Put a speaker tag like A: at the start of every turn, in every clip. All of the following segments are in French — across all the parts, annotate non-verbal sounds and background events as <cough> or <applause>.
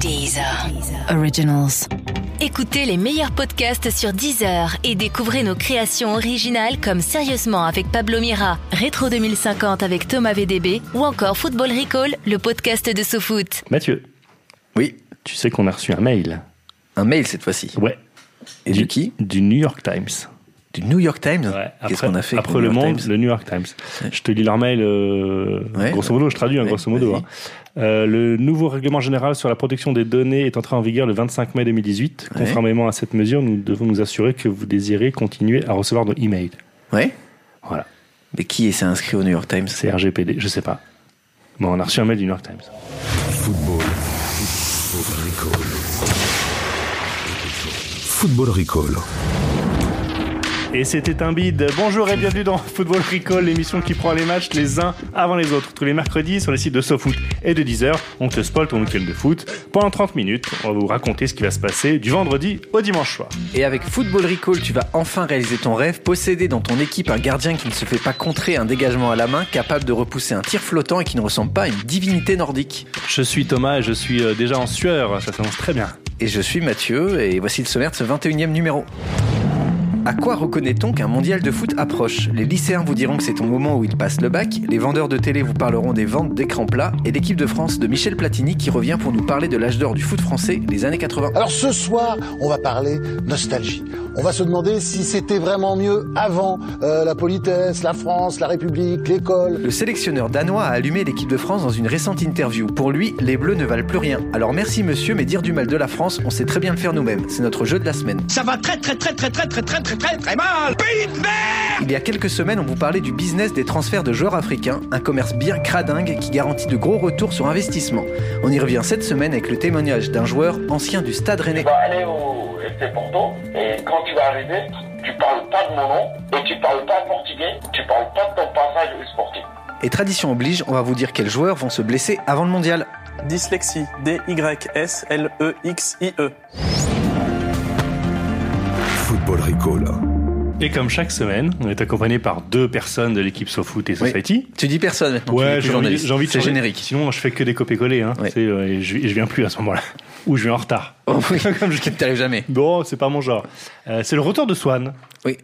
A: Deezer. Originals. Écoutez les meilleurs podcasts sur Deezer et découvrez nos créations originales comme Sérieusement avec Pablo Mira, Rétro 2050 avec Thomas VDB ou encore Football Recall, le podcast de SoFoot.
B: Mathieu,
C: Oui,
B: tu sais qu'on a reçu un mail.
C: un mail cette fois-ci.
B: Ouais.
C: Et
B: du
C: de qui
B: Du New York Times.
C: Du New York Times
B: Ouais,
C: Qu'est-ce
B: après-
C: qu'on a fait avec
B: Après Le
C: New York
B: Monde,
C: Times
B: le New York Times. Je te lis leur mail, euh,
C: Ouais,
B: grosso modo, je traduis, hein,
C: ouais,
B: grosso modo.
C: vas-y.
B: hein. Euh, le nouveau règlement général sur la protection des données est entré en vigueur le 25 mai 2018.
C: Ouais.
B: Conformément à cette mesure, nous devons nous assurer que vous désirez continuer à recevoir nos emails.
C: Ouais
B: Voilà,
C: Mais qui s'est inscrit au New York Times
B: c'est RGPD, je sais pas. Bon, on a reçu un mail du New York Times.
D: Football Recall.
B: Et c'était un bide. Bonjour et bienvenue dans Football Recall, l'émission qui prend les matchs les uns avant les autres. Tous les mercredis sur les sites de SoFoot et de Deezer, on te spoil ton week-end de foot. Pendant 30 minutes, on va vous raconter ce qui va se passer du vendredi au dimanche soir.
C: Et avec Football Recall, tu vas enfin réaliser ton rêve, posséder dans ton équipe un gardien qui ne se fait pas contrer un dégagement à la main, capable de repousser un tir flottant et qui ne ressemble pas à une divinité nordique.
B: Je suis Thomas et je suis euh, déjà en sueur, ça s'annonce très bien.
C: Et je suis Mathieu, et voici le sommaire de ce 21e numéro. À quoi reconnaît-on qu'un mondial de foot approche Les lycéens vous diront que c'est au moment où ils passent le bac, les vendeurs de télé vous parleront des ventes d'écrans plats, et l'équipe de France de Michel Platini qui revient pour nous parler de l'âge d'or du foot français, les années 80.
E: Alors ce soir, on va parler nostalgie. On va se demander si c'était vraiment mieux avant euh, la politesse, la France, la République, l'école.
C: Le sélectionneur danois a allumé l'équipe de France dans une récente interview. Pour lui, les Bleus ne valent plus rien. Alors merci monsieur, mais dire du mal de la France, on sait très bien le faire nous-mêmes. C'est notre jeu de la semaine.
F: Ça va très très très très très très très très très très mal. Pays de merde
C: Il y a quelques semaines, on vous parlait du business des transferts de joueurs africains, un commerce bien cradingue qui garantit de gros retours sur investissement. On y revient cette semaine avec le témoignage d'un joueur ancien du Stade Rennais.
G: tu vas aller au FC Porto et quand tu vas arriver, tu parles pas de mon nom et tu parles pas portugais, tu parles pas de ton passage sportif.
C: Et tradition oblige, on va vous dire quels joueurs vont se blesser avant le mondial.
H: Dyslexie. D-Y-S-L-E-X-I-E.
D: Football Recall.
B: Et comme chaque semaine, on est accompagné par deux personnes de l'équipe SoFoot et
C: Oui.
B: Society.
C: Tu dis personne maintenant. tu dis plus
B: j'ai envie,
C: journaliste.
B: j'ai envie de
C: C'est
B: changer.
C: générique.
B: Sinon, je fais que des copier-coller. Hein.
C: Ouais.
B: C'est, euh, et je, et je viens plus à ce moment-là. Ou je viens en retard.
C: Oh <laughs> oui,
B: Comme je-
C: qui ne t'arrive jamais.
B: Bon, c'est pas mon genre. Euh, c'est le retour de Swan.
C: Oui.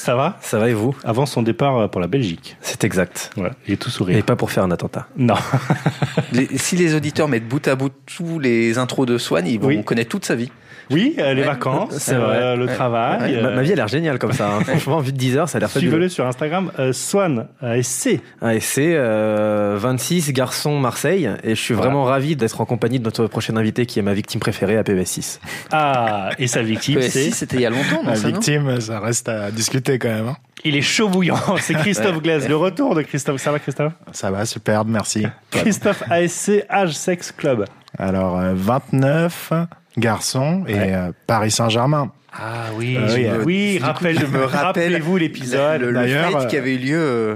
B: Ça va
I: Ça va et vous
B: Avant son départ euh, pour la Belgique.
I: C'est exact.
B: Voilà, il est tout
I: Et
B: sourire.
I: pas pour faire un attentat.
B: Non. <laughs>
C: Les- si les auditeurs mettent bout à bout tous les intros de Swan, ils vont
B: Oui.
C: connaître toute sa vie.
B: Oui, euh, les
C: Ouais.
B: vacances,
I: C'est
B: euh,
I: vrai.
B: le
C: Ouais.
B: travail.
I: Ma,
B: euh,
I: ma vie a l'air géniale comme ça. hein. Franchement, vu de 10 heures, ça a l'air fabuleux.
B: Suivez-le sur Instagram, euh, Swan euh, SC.
I: Ah, et c'est euh, 26 garçons Marseille. Et je suis
B: Voilà.
I: vraiment ravi d'être en compagnie de notre prochaine invitée qui est ma victime préférée à PBS6.
B: Ah, <laughs> et sa victime, c'est.
C: Si, c'était il y a longtemps, non,
J: La
C: ça, non
J: victime, ça reste à discuter quand même. hein.
B: Il est chaud
I: <laughs>
B: bouillant. C'est Christophe Glaise. Le retour de Christophe. Ça va, Christophe
J: Ça va, superbe, merci.
B: Christophe ASC Âge Sex Club.
J: Alors, euh, 29 garçons et
B: Ouais.
J: euh, Paris Saint-Germain. Euh,
B: Ah oui.
J: je
B: oui,
J: me-
B: oui, rappelle,
C: je me rappelle
B: rappelez-vous l'épisode.
C: Le, le
J: D'ailleurs,
C: fight
J: euh,
C: qui avait eu lieu. euh,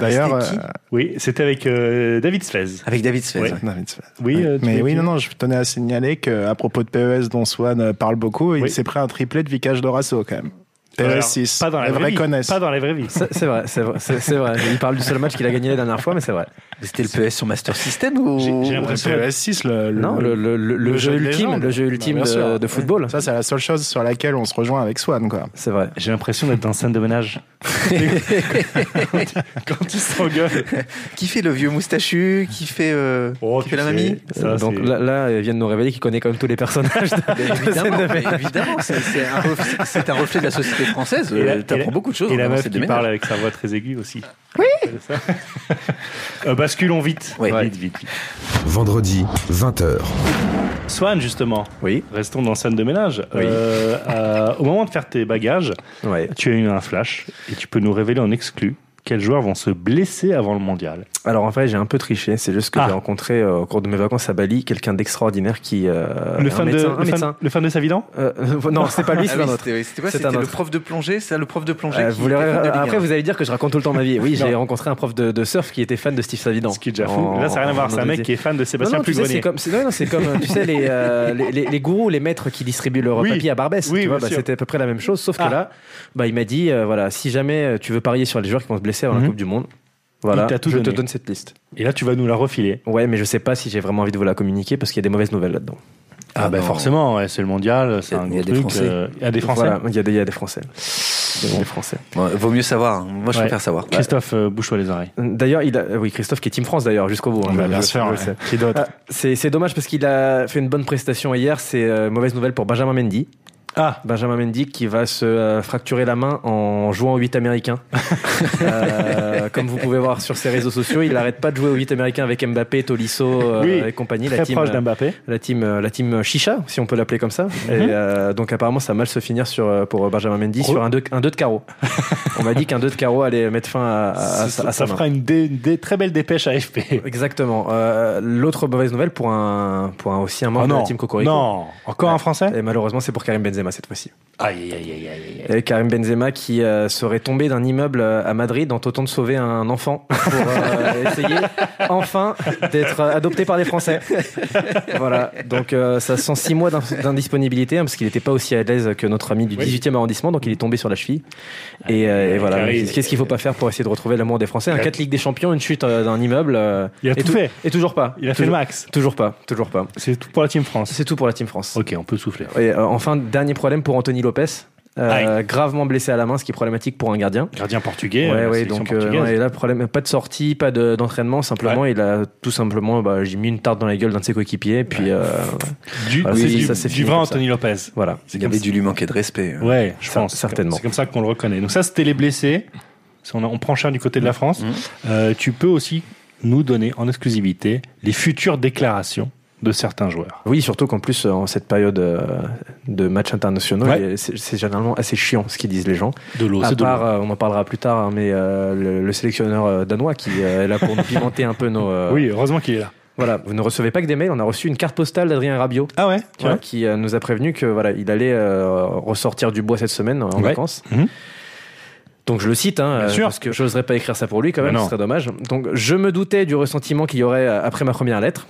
J: D'ailleurs,
C: c'était qui
J: euh,
B: Oui, c'était avec euh, David Svez.
C: avec David Svez.
B: oui.
C: ouais.
J: non, mais tu-
B: Oui,
J: ouais.
B: euh, tu
J: mais
B: veux-
J: oui,
B: tu-
J: non, non, je tenais à signaler qu'à propos de PES dont Swan euh, parle beaucoup,
B: Oui.
J: il s'est pris un triplé de Vicage Dorasso quand même. E PES
B: Alors,
J: 6.
B: Pas dans la
J: les
B: vraie
J: vrais
B: vie.
J: connaissent.
B: Pas dans la vraie vie.
I: C'est c'est vrai, c'est vrai, c'est- c'est vrai. Il parle du seul match qu'il a gagné la dernière fois, mais c'est vrai.
C: C'était le PES sur Master System ou
B: J'ai- j'ai
J: Ouais,
B: l'impression-
J: PES 6, le, le-
I: Non, le, le- le- le
J: le
I: jeu
J: de
I: ultime,
J: légende.
I: le jeu
J: Bah,
I: ultime
J: bien
I: de,
J: sûr.
I: de football.
J: Ça, c'est la seule chose sur laquelle on se rejoint avec Swan, quoi.
I: C'est vrai.
B: J'ai l'impression d'être dans une scène de ménage. <laughs> quand ils s'engueulent.
C: qui fait le vieux moustachu, qui fait euh,
B: Oh,
C: qui
B: tu
C: fait la
B: sais,
C: mamie.
B: ça,
I: Donc
B: c'est-
I: là, là, ils viennent nous révéler qu'il connaît quand même tous les personnages. de-
B: <laughs>
C: Bien
I: de scène
C: Ben, Évidemment,
I: de
C: mais
I: ménage.
C: évidemment, c'est- c'est un, ref- c'est un reflet de la société française.
B: Et la-
C: euh,
B: et la-
C: T'apprends beaucoup de choses.
B: Et la
C: vraiment,
B: meuf
C: c'est
B: qui
C: des
B: parle
C: ménages.
B: avec sa voix très aiguë aussi. Oui Euh, Basculons vite.
C: Ouais.
B: Vite, vite, vite.
D: Vendredi, 20h.
B: Swan, justement.
I: Oui.
B: Restons dans scène de ménage. Euh, euh, au moment de faire tes bagages,
I: Ouais.
B: tu as eu un flash et tu peux nous révéler en exclu quels joueurs vont se blesser avant le mondial.
I: Alors en fait, j'ai un peu triché. C'est juste que
B: Ah.
I: j'ai rencontré euh, au cours de mes vacances à Bali quelqu'un d'extraordinaire qui euh,
B: le,
I: un
B: fan
I: médecin,
B: de,
I: un
B: le,
I: médecin.
B: fan, le fan de Savidan
I: Euh, non, c'est pas lui,
C: Ah
I: c'est
C: oui,
I: un autre.
C: C'était c'était quoi
I: C'est
C: C'était
I: un
C: le
I: autre.
C: prof de plongée, c'est ça, le prof de plongée.
I: Euh,
C: qui
I: vous
C: était
I: l'aurez-
C: fan de Ligue
I: après,
C: 1.
I: vous allez dire que je raconte tout le temps ma vie. Oui, j'ai
B: Non.
I: rencontré un prof de, de surf qui était fan de Steve Savidan.
B: Ce qui est déjà fou.
I: En-
B: Là, ça n'a rien à
I: en-
B: voir.
I: en
B: C'est un mec
I: Indonésie.
B: qui est fan de
I: Non,
B: Sébastien
I: non, tu sais, c'est
B: Pugrenier.
I: comme, c'est- non, non, c'est comme, tu sais, les, euh, les, les- les gourous, les maîtres qui distribuent leur
B: Oui.
I: papier à Barbès,
B: Oui,
I: tu vois,
B: bien
I: bah,
B: sûr.
I: c'était à peu près la même chose, sauf
B: Ah.
I: que là, bah, il m'a dit, euh, voilà, si jamais euh, tu veux parier sur les joueurs qui vont se blesser avant
B: Mhm.
I: la Coupe du Monde, Voilà,
B: Il t'a tout
I: je te
B: donné.
I: donne cette liste.
B: Et là, tu vas nous la refiler.
I: Ouais, mais je sais pas si j'ai vraiment envie de vous la communiquer parce qu'il y a des mauvaises nouvelles là-dedans.
B: Ah,
C: Ah
B: bah
C: non.
B: forcément, ouais, c'est le mondial, c'est
C: Il y a-
B: un
C: il y
B: gros
C: a des
B: truc.
C: Français.
B: euh, Il y a des Français.
I: Voilà, il y, a des- il y a des Français. Il y a des Français.
C: Bon, vaut mieux savoir. hein. Moi, je
B: Ouais.
C: préfère
I: Bah,
C: savoir.
B: Christophe, euh, bouge-toi les oreilles.
I: D'ailleurs, il a... oui, Christophe qui est Team France d'ailleurs jusqu'au bout. hein, je-
B: Bah, bien
I: je-
B: sûr,
I: je le
B: ouais.
I: sais.
B: qui d'autre
I: Ah, c'est c'est dommage parce qu'il a fait une bonne prestation hier. C'est euh, mauvaise nouvelle pour Benjamin Mendy.
B: Ah,
I: Benjamin Mendy qui va se euh, fracturer la main en jouant au
B: <laughs>
I: 8 américain. Euh, comme vous pouvez voir sur ses réseaux sociaux, il n'arrête pas de jouer au 8 américain avec Mbappé, Tolisso euh,
B: Oui,
I: et compagnie.
B: très
I: la team,
B: proche
I: euh,
B: d'Mbappé.
I: la team, euh, la team Chicha, si on peut l'appeler comme ça.
B: Mhm.
I: Et, euh, donc apparemment, ça a mal se finir sur, euh, pour Benjamin Mendy
B: Gros.
I: sur un 2 un deux
B: <laughs>
I: de carreau. on m'a dit qu'un 2 de carreau allait mettre fin à, à- à
B: Ah, Ça,
I: sa- à sa
B: ça
I: main.
B: fera une, dé- une dé- très belle dépêche à FP.
I: Exactement. Euh, L'autre mauvaise nouvelle pour un, pour un aussi un membre
B: Ah
I: de
B: non,
I: la team Cocorico.
B: non, encore un Français
I: Et malheureusement, c'est pour Karim Benzema cette fois-ci.
B: Aïe, aïe, aïe, aïe,
I: Et Karim Benzema qui euh, serait tombé d'un immeuble euh, à Madrid en tentant de sauver un enfant <laughs> pour euh, essayer enfin d'être euh, adopté par les Français. Voilà, donc euh, ça sent six mois d'in- d'indisponibilité hein, parce qu'il n'était pas aussi à l'aise que notre ami du
B: Oui. Ah,
I: 18e arrondissement, donc il est tombé sur la cheville. Et, euh, et voilà,
B: Karim.
I: qu'est-ce qu'il faut pas faire pour essayer de retrouver l'amour des Français Un 4 Ligue des Champions, une chute euh, d'un immeuble. euh,
B: Il a
I: et
B: tout fait.
I: Et toujours pas.
B: Il a fait le
I: toujours,
B: max.
I: Toujours pas, toujours pas.
B: C'est tout pour la Team France.
I: C'est tout pour la Team France.
B: Ok, on peut souffler.
I: Et euh, enfin, dernier problème pour Anthony Lopez. Euh, gravement blessé à la main, ce qui est problématique pour un gardien.
B: Gardien portugais.
I: ouais,
B: euh,
I: ouais,
B: sélection
I: donc euh,
B: portugaise.
I: ouais, et là, problème, pas de sortie, pas de- d'entraînement, simplement, il a tout simplement, bah, j'ai mis une tarte dans la gueule d'un de ses coéquipiers, et puis euh,
B: du,
I: voilà,
B: c'est
I: oui,
B: du-
I: ça, c'est
B: du
I: fini
B: vrai
I: comme ça.
B: Anthony Lopez.
I: voilà.
C: Il y avait dû lui manquer de respect. hein.
B: Ouais, je
I: Ça-
B: pense.
I: certainement.
B: C'est comme ça qu'on le reconnaît. Donc ça, c'était les blessés. Ça, On, a- on prend cher du côté de la France. Euh, tu peux aussi nous donner en exclusivité les futures déclarations de certains joueurs.
I: Oui, surtout qu'en plus, euh, en cette période euh, de matchs internationaux,
B: Ouais.
I: il y a- c'est c'est généralement assez chiant ce qu'ils disent les gens.
B: De l'eau,
I: à
B: c'est de
I: part,
B: l'eau.
I: euh, on en parlera plus tard, hein, mais euh, le, le sélectionneur euh, danois qui euh, est là pour nous pimenter un peu nos. euh,
B: Oui, heureusement qu'il est là.
I: Voilà, vous ne recevez pas que des mails, on a reçu une carte postale d'Adrien Rabiot.
B: Ah ouais,
I: tu vois, qui euh, nous a prévenu que voilà, il allait euh, ressortir du bois cette semaine euh, en
B: Ouais.
I: vacances.
B: Mhm.
I: Donc je le cite, hein,
B: Bien
I: euh,
B: sûr.
I: parce que j'oserais pas écrire ça pour lui quand même,
B: Ben non.
I: ce serait dommage. Donc je me doutais du ressentiment qu'il y aurait euh, après ma
B: <laughs>
I: première lettre,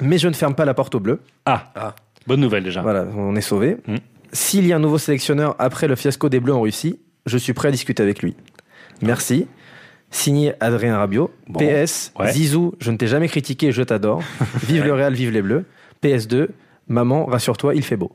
I: mais je ne ferme pas la porte au bleu.
B: Ah.
C: Ah.
B: bonne nouvelle déjà.
I: Voilà, on est sauvé.
B: Mhm.
I: S'il y a un nouveau sélectionneur après le fiasco des Bleus en Russie, je suis prêt à discuter avec lui. Merci. Signé Adrien Rabiot.
B: Bon.
I: PS,
B: Ouais.
I: Zizou, je ne t'ai jamais critiqué,
B: <laughs>
I: je t'adore. Vive le Real, vive les Bleus. PS2, maman, rassure-toi, il fait beau.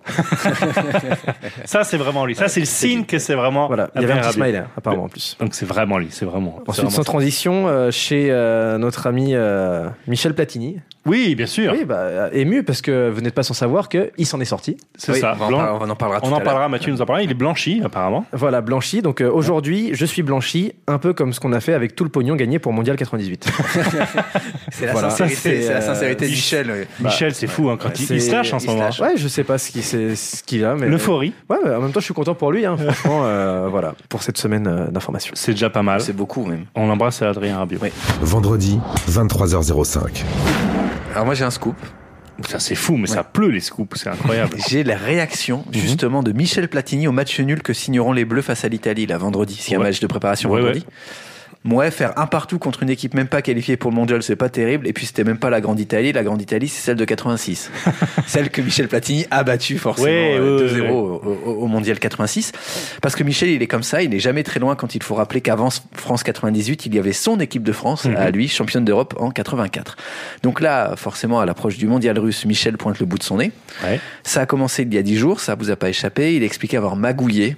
B: Ça, c'est vraiment lui. Ça, c'est le signe que c'est vraiment.
I: Voilà, il y avait un
B: Adrien
I: petit
B: Rabiot.
I: smiley, apparemment en plus.
B: Donc c'est vraiment lui, c'est vraiment. c'est
I: Ensuite,
B: vraiment
I: sans
B: ça.
I: transition, euh, chez euh, notre ami euh, Michel Platini.
B: Oui, bien sûr.
I: Oui, bah, euh, ému parce que vous n'êtes pas sans savoir que il s'en est sorti.
B: C'est
C: Oui,
B: ça.
C: On, va en
B: Blanc-
C: parler- on en parlera
B: On
C: tout
B: en
C: à l'heure.
B: parlera, Mathieu nous en parlera. Il est blanchi, apparemment.
I: Voilà, blanchi. Donc euh, aujourd'hui, je suis blanchi, un peu comme ce qu'on a fait avec tout le pognon gagné pour Mondial 98.
C: C'est la,
I: Voilà.
B: Ça,
C: sincérité,
B: c'est,
C: c'est la
I: euh,
C: sincérité de
B: il-
C: Michel. ouais.
B: Michel, c'est fou, hein, quand il, il se
I: C'est-
B: lâche en
C: il
B: ce
C: se
B: moment.
C: lâche.
I: ouais, je sais pas ce qu'il c'est- ce qu'il a, mais
B: L'euphorie,
I: Ouais, mais en même temps, je suis content pour lui. hein, franchement, euh, voilà, pour cette semaine euh, d'information.
B: c'est déjà pas mal.
C: C'est beaucoup même.
B: On l'embrasse à Adrien Rabiot.
C: Oui.
D: Vendredi, 23h05.
C: Alors moi j'ai un scoop.
B: Ça, c'est fou, mais ça pleut les scoops, c'est incroyable. Mhm.
C: J'ai la réaction justement de Michel Platini au match nul que signeront les Bleus face à l'Italie là vendredi. C'est un
B: Ouais.
C: match de préparation
B: Ouais,
C: vendredi. Ouais, faire un partout contre une équipe même pas qualifiée pour le mondial, c'est pas terrible. Et puis c'était même pas la Grande Italie. La Grande Italie, c'est celle de
B: <laughs>
C: 86. celle que Michel Platini a battue forcément
B: Ouais,
C: euh,
B: ouais,
C: 2-0
B: ouais.
C: au, au- au mondial 86. Parce que Michel, il est comme ça. Il n'est jamais très loin quand il faut rappeler qu'avant France 98, il y avait son équipe de France
B: Mhm.
C: à lui, championne d'Europe en 84. Donc là, forcément, à l'approche du mondial russe, Michel pointe le bout de son nez.
B: <laughs> Ouais.
C: Ça a commencé il y a dix jours, ça vous a pas échappé. Il expliquait avoir magouillé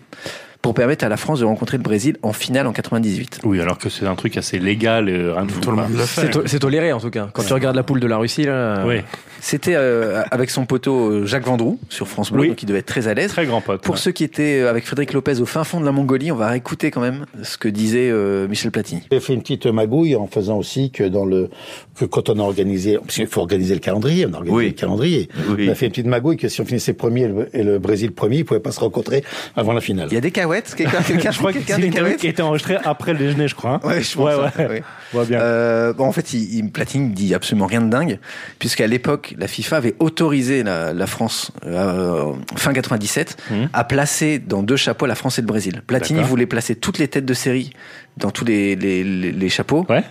C: pour permettre à la France de rencontrer le Brésil en finale en 98.
B: Oui, alors que c'est un truc assez légal, euh, rien de fou. Tout le monde le
I: C'est to- c'est toléré en tout cas. Quand tu regardes la poule de la Russie, là,
B: Oui,
C: C'était euh, avec son poteau euh, Jacques Vendroux sur France Bleu,
B: Oui.
C: donc il devait être très à l'aise.
B: très grand pote.
C: Pour
B: ouais.
C: ceux qui étaient euh, avec Frédéric Lopez au fin fond de la Mongolie, on va écouter quand même ce que disait euh, Michel Platini.
E: J'ai fait une petite magouille en faisant aussi que dans le que quand on a organisé, parce qu'il faut organiser le calendrier, on a organisé
C: Oui.
E: le calendrier.
C: Oui.
E: On a fait une petite magouille que si on finissait premier et le, et le Brésil premier, ils pouvaient pas se rencontrer avant la finale.
C: Il y a des cahuètes Quelqu'un
B: <laughs>
C: quelqu'un-
B: Je crois que
C: quelqu'un a
B: c'est
C: des
B: une interview
C: cahuètes
B: qui a été enregistrée après le déjeuner, je crois. hein.
C: Ouais, je pense.
B: Ouais, ouais.
C: ouais.
B: On voit bien.
C: Euh, bon, en fait, il, il- Platini dit absolument rien de dingue, puisqu'à l'époque, la FIFA avait autorisé la, la France, euh, fin 97, à placer dans deux chapeaux la France et le Brésil. Platini
B: Mhm. D'accord.
C: voulait placer toutes les têtes de série dans tous les, les, les- les chapeaux.
B: Ouais.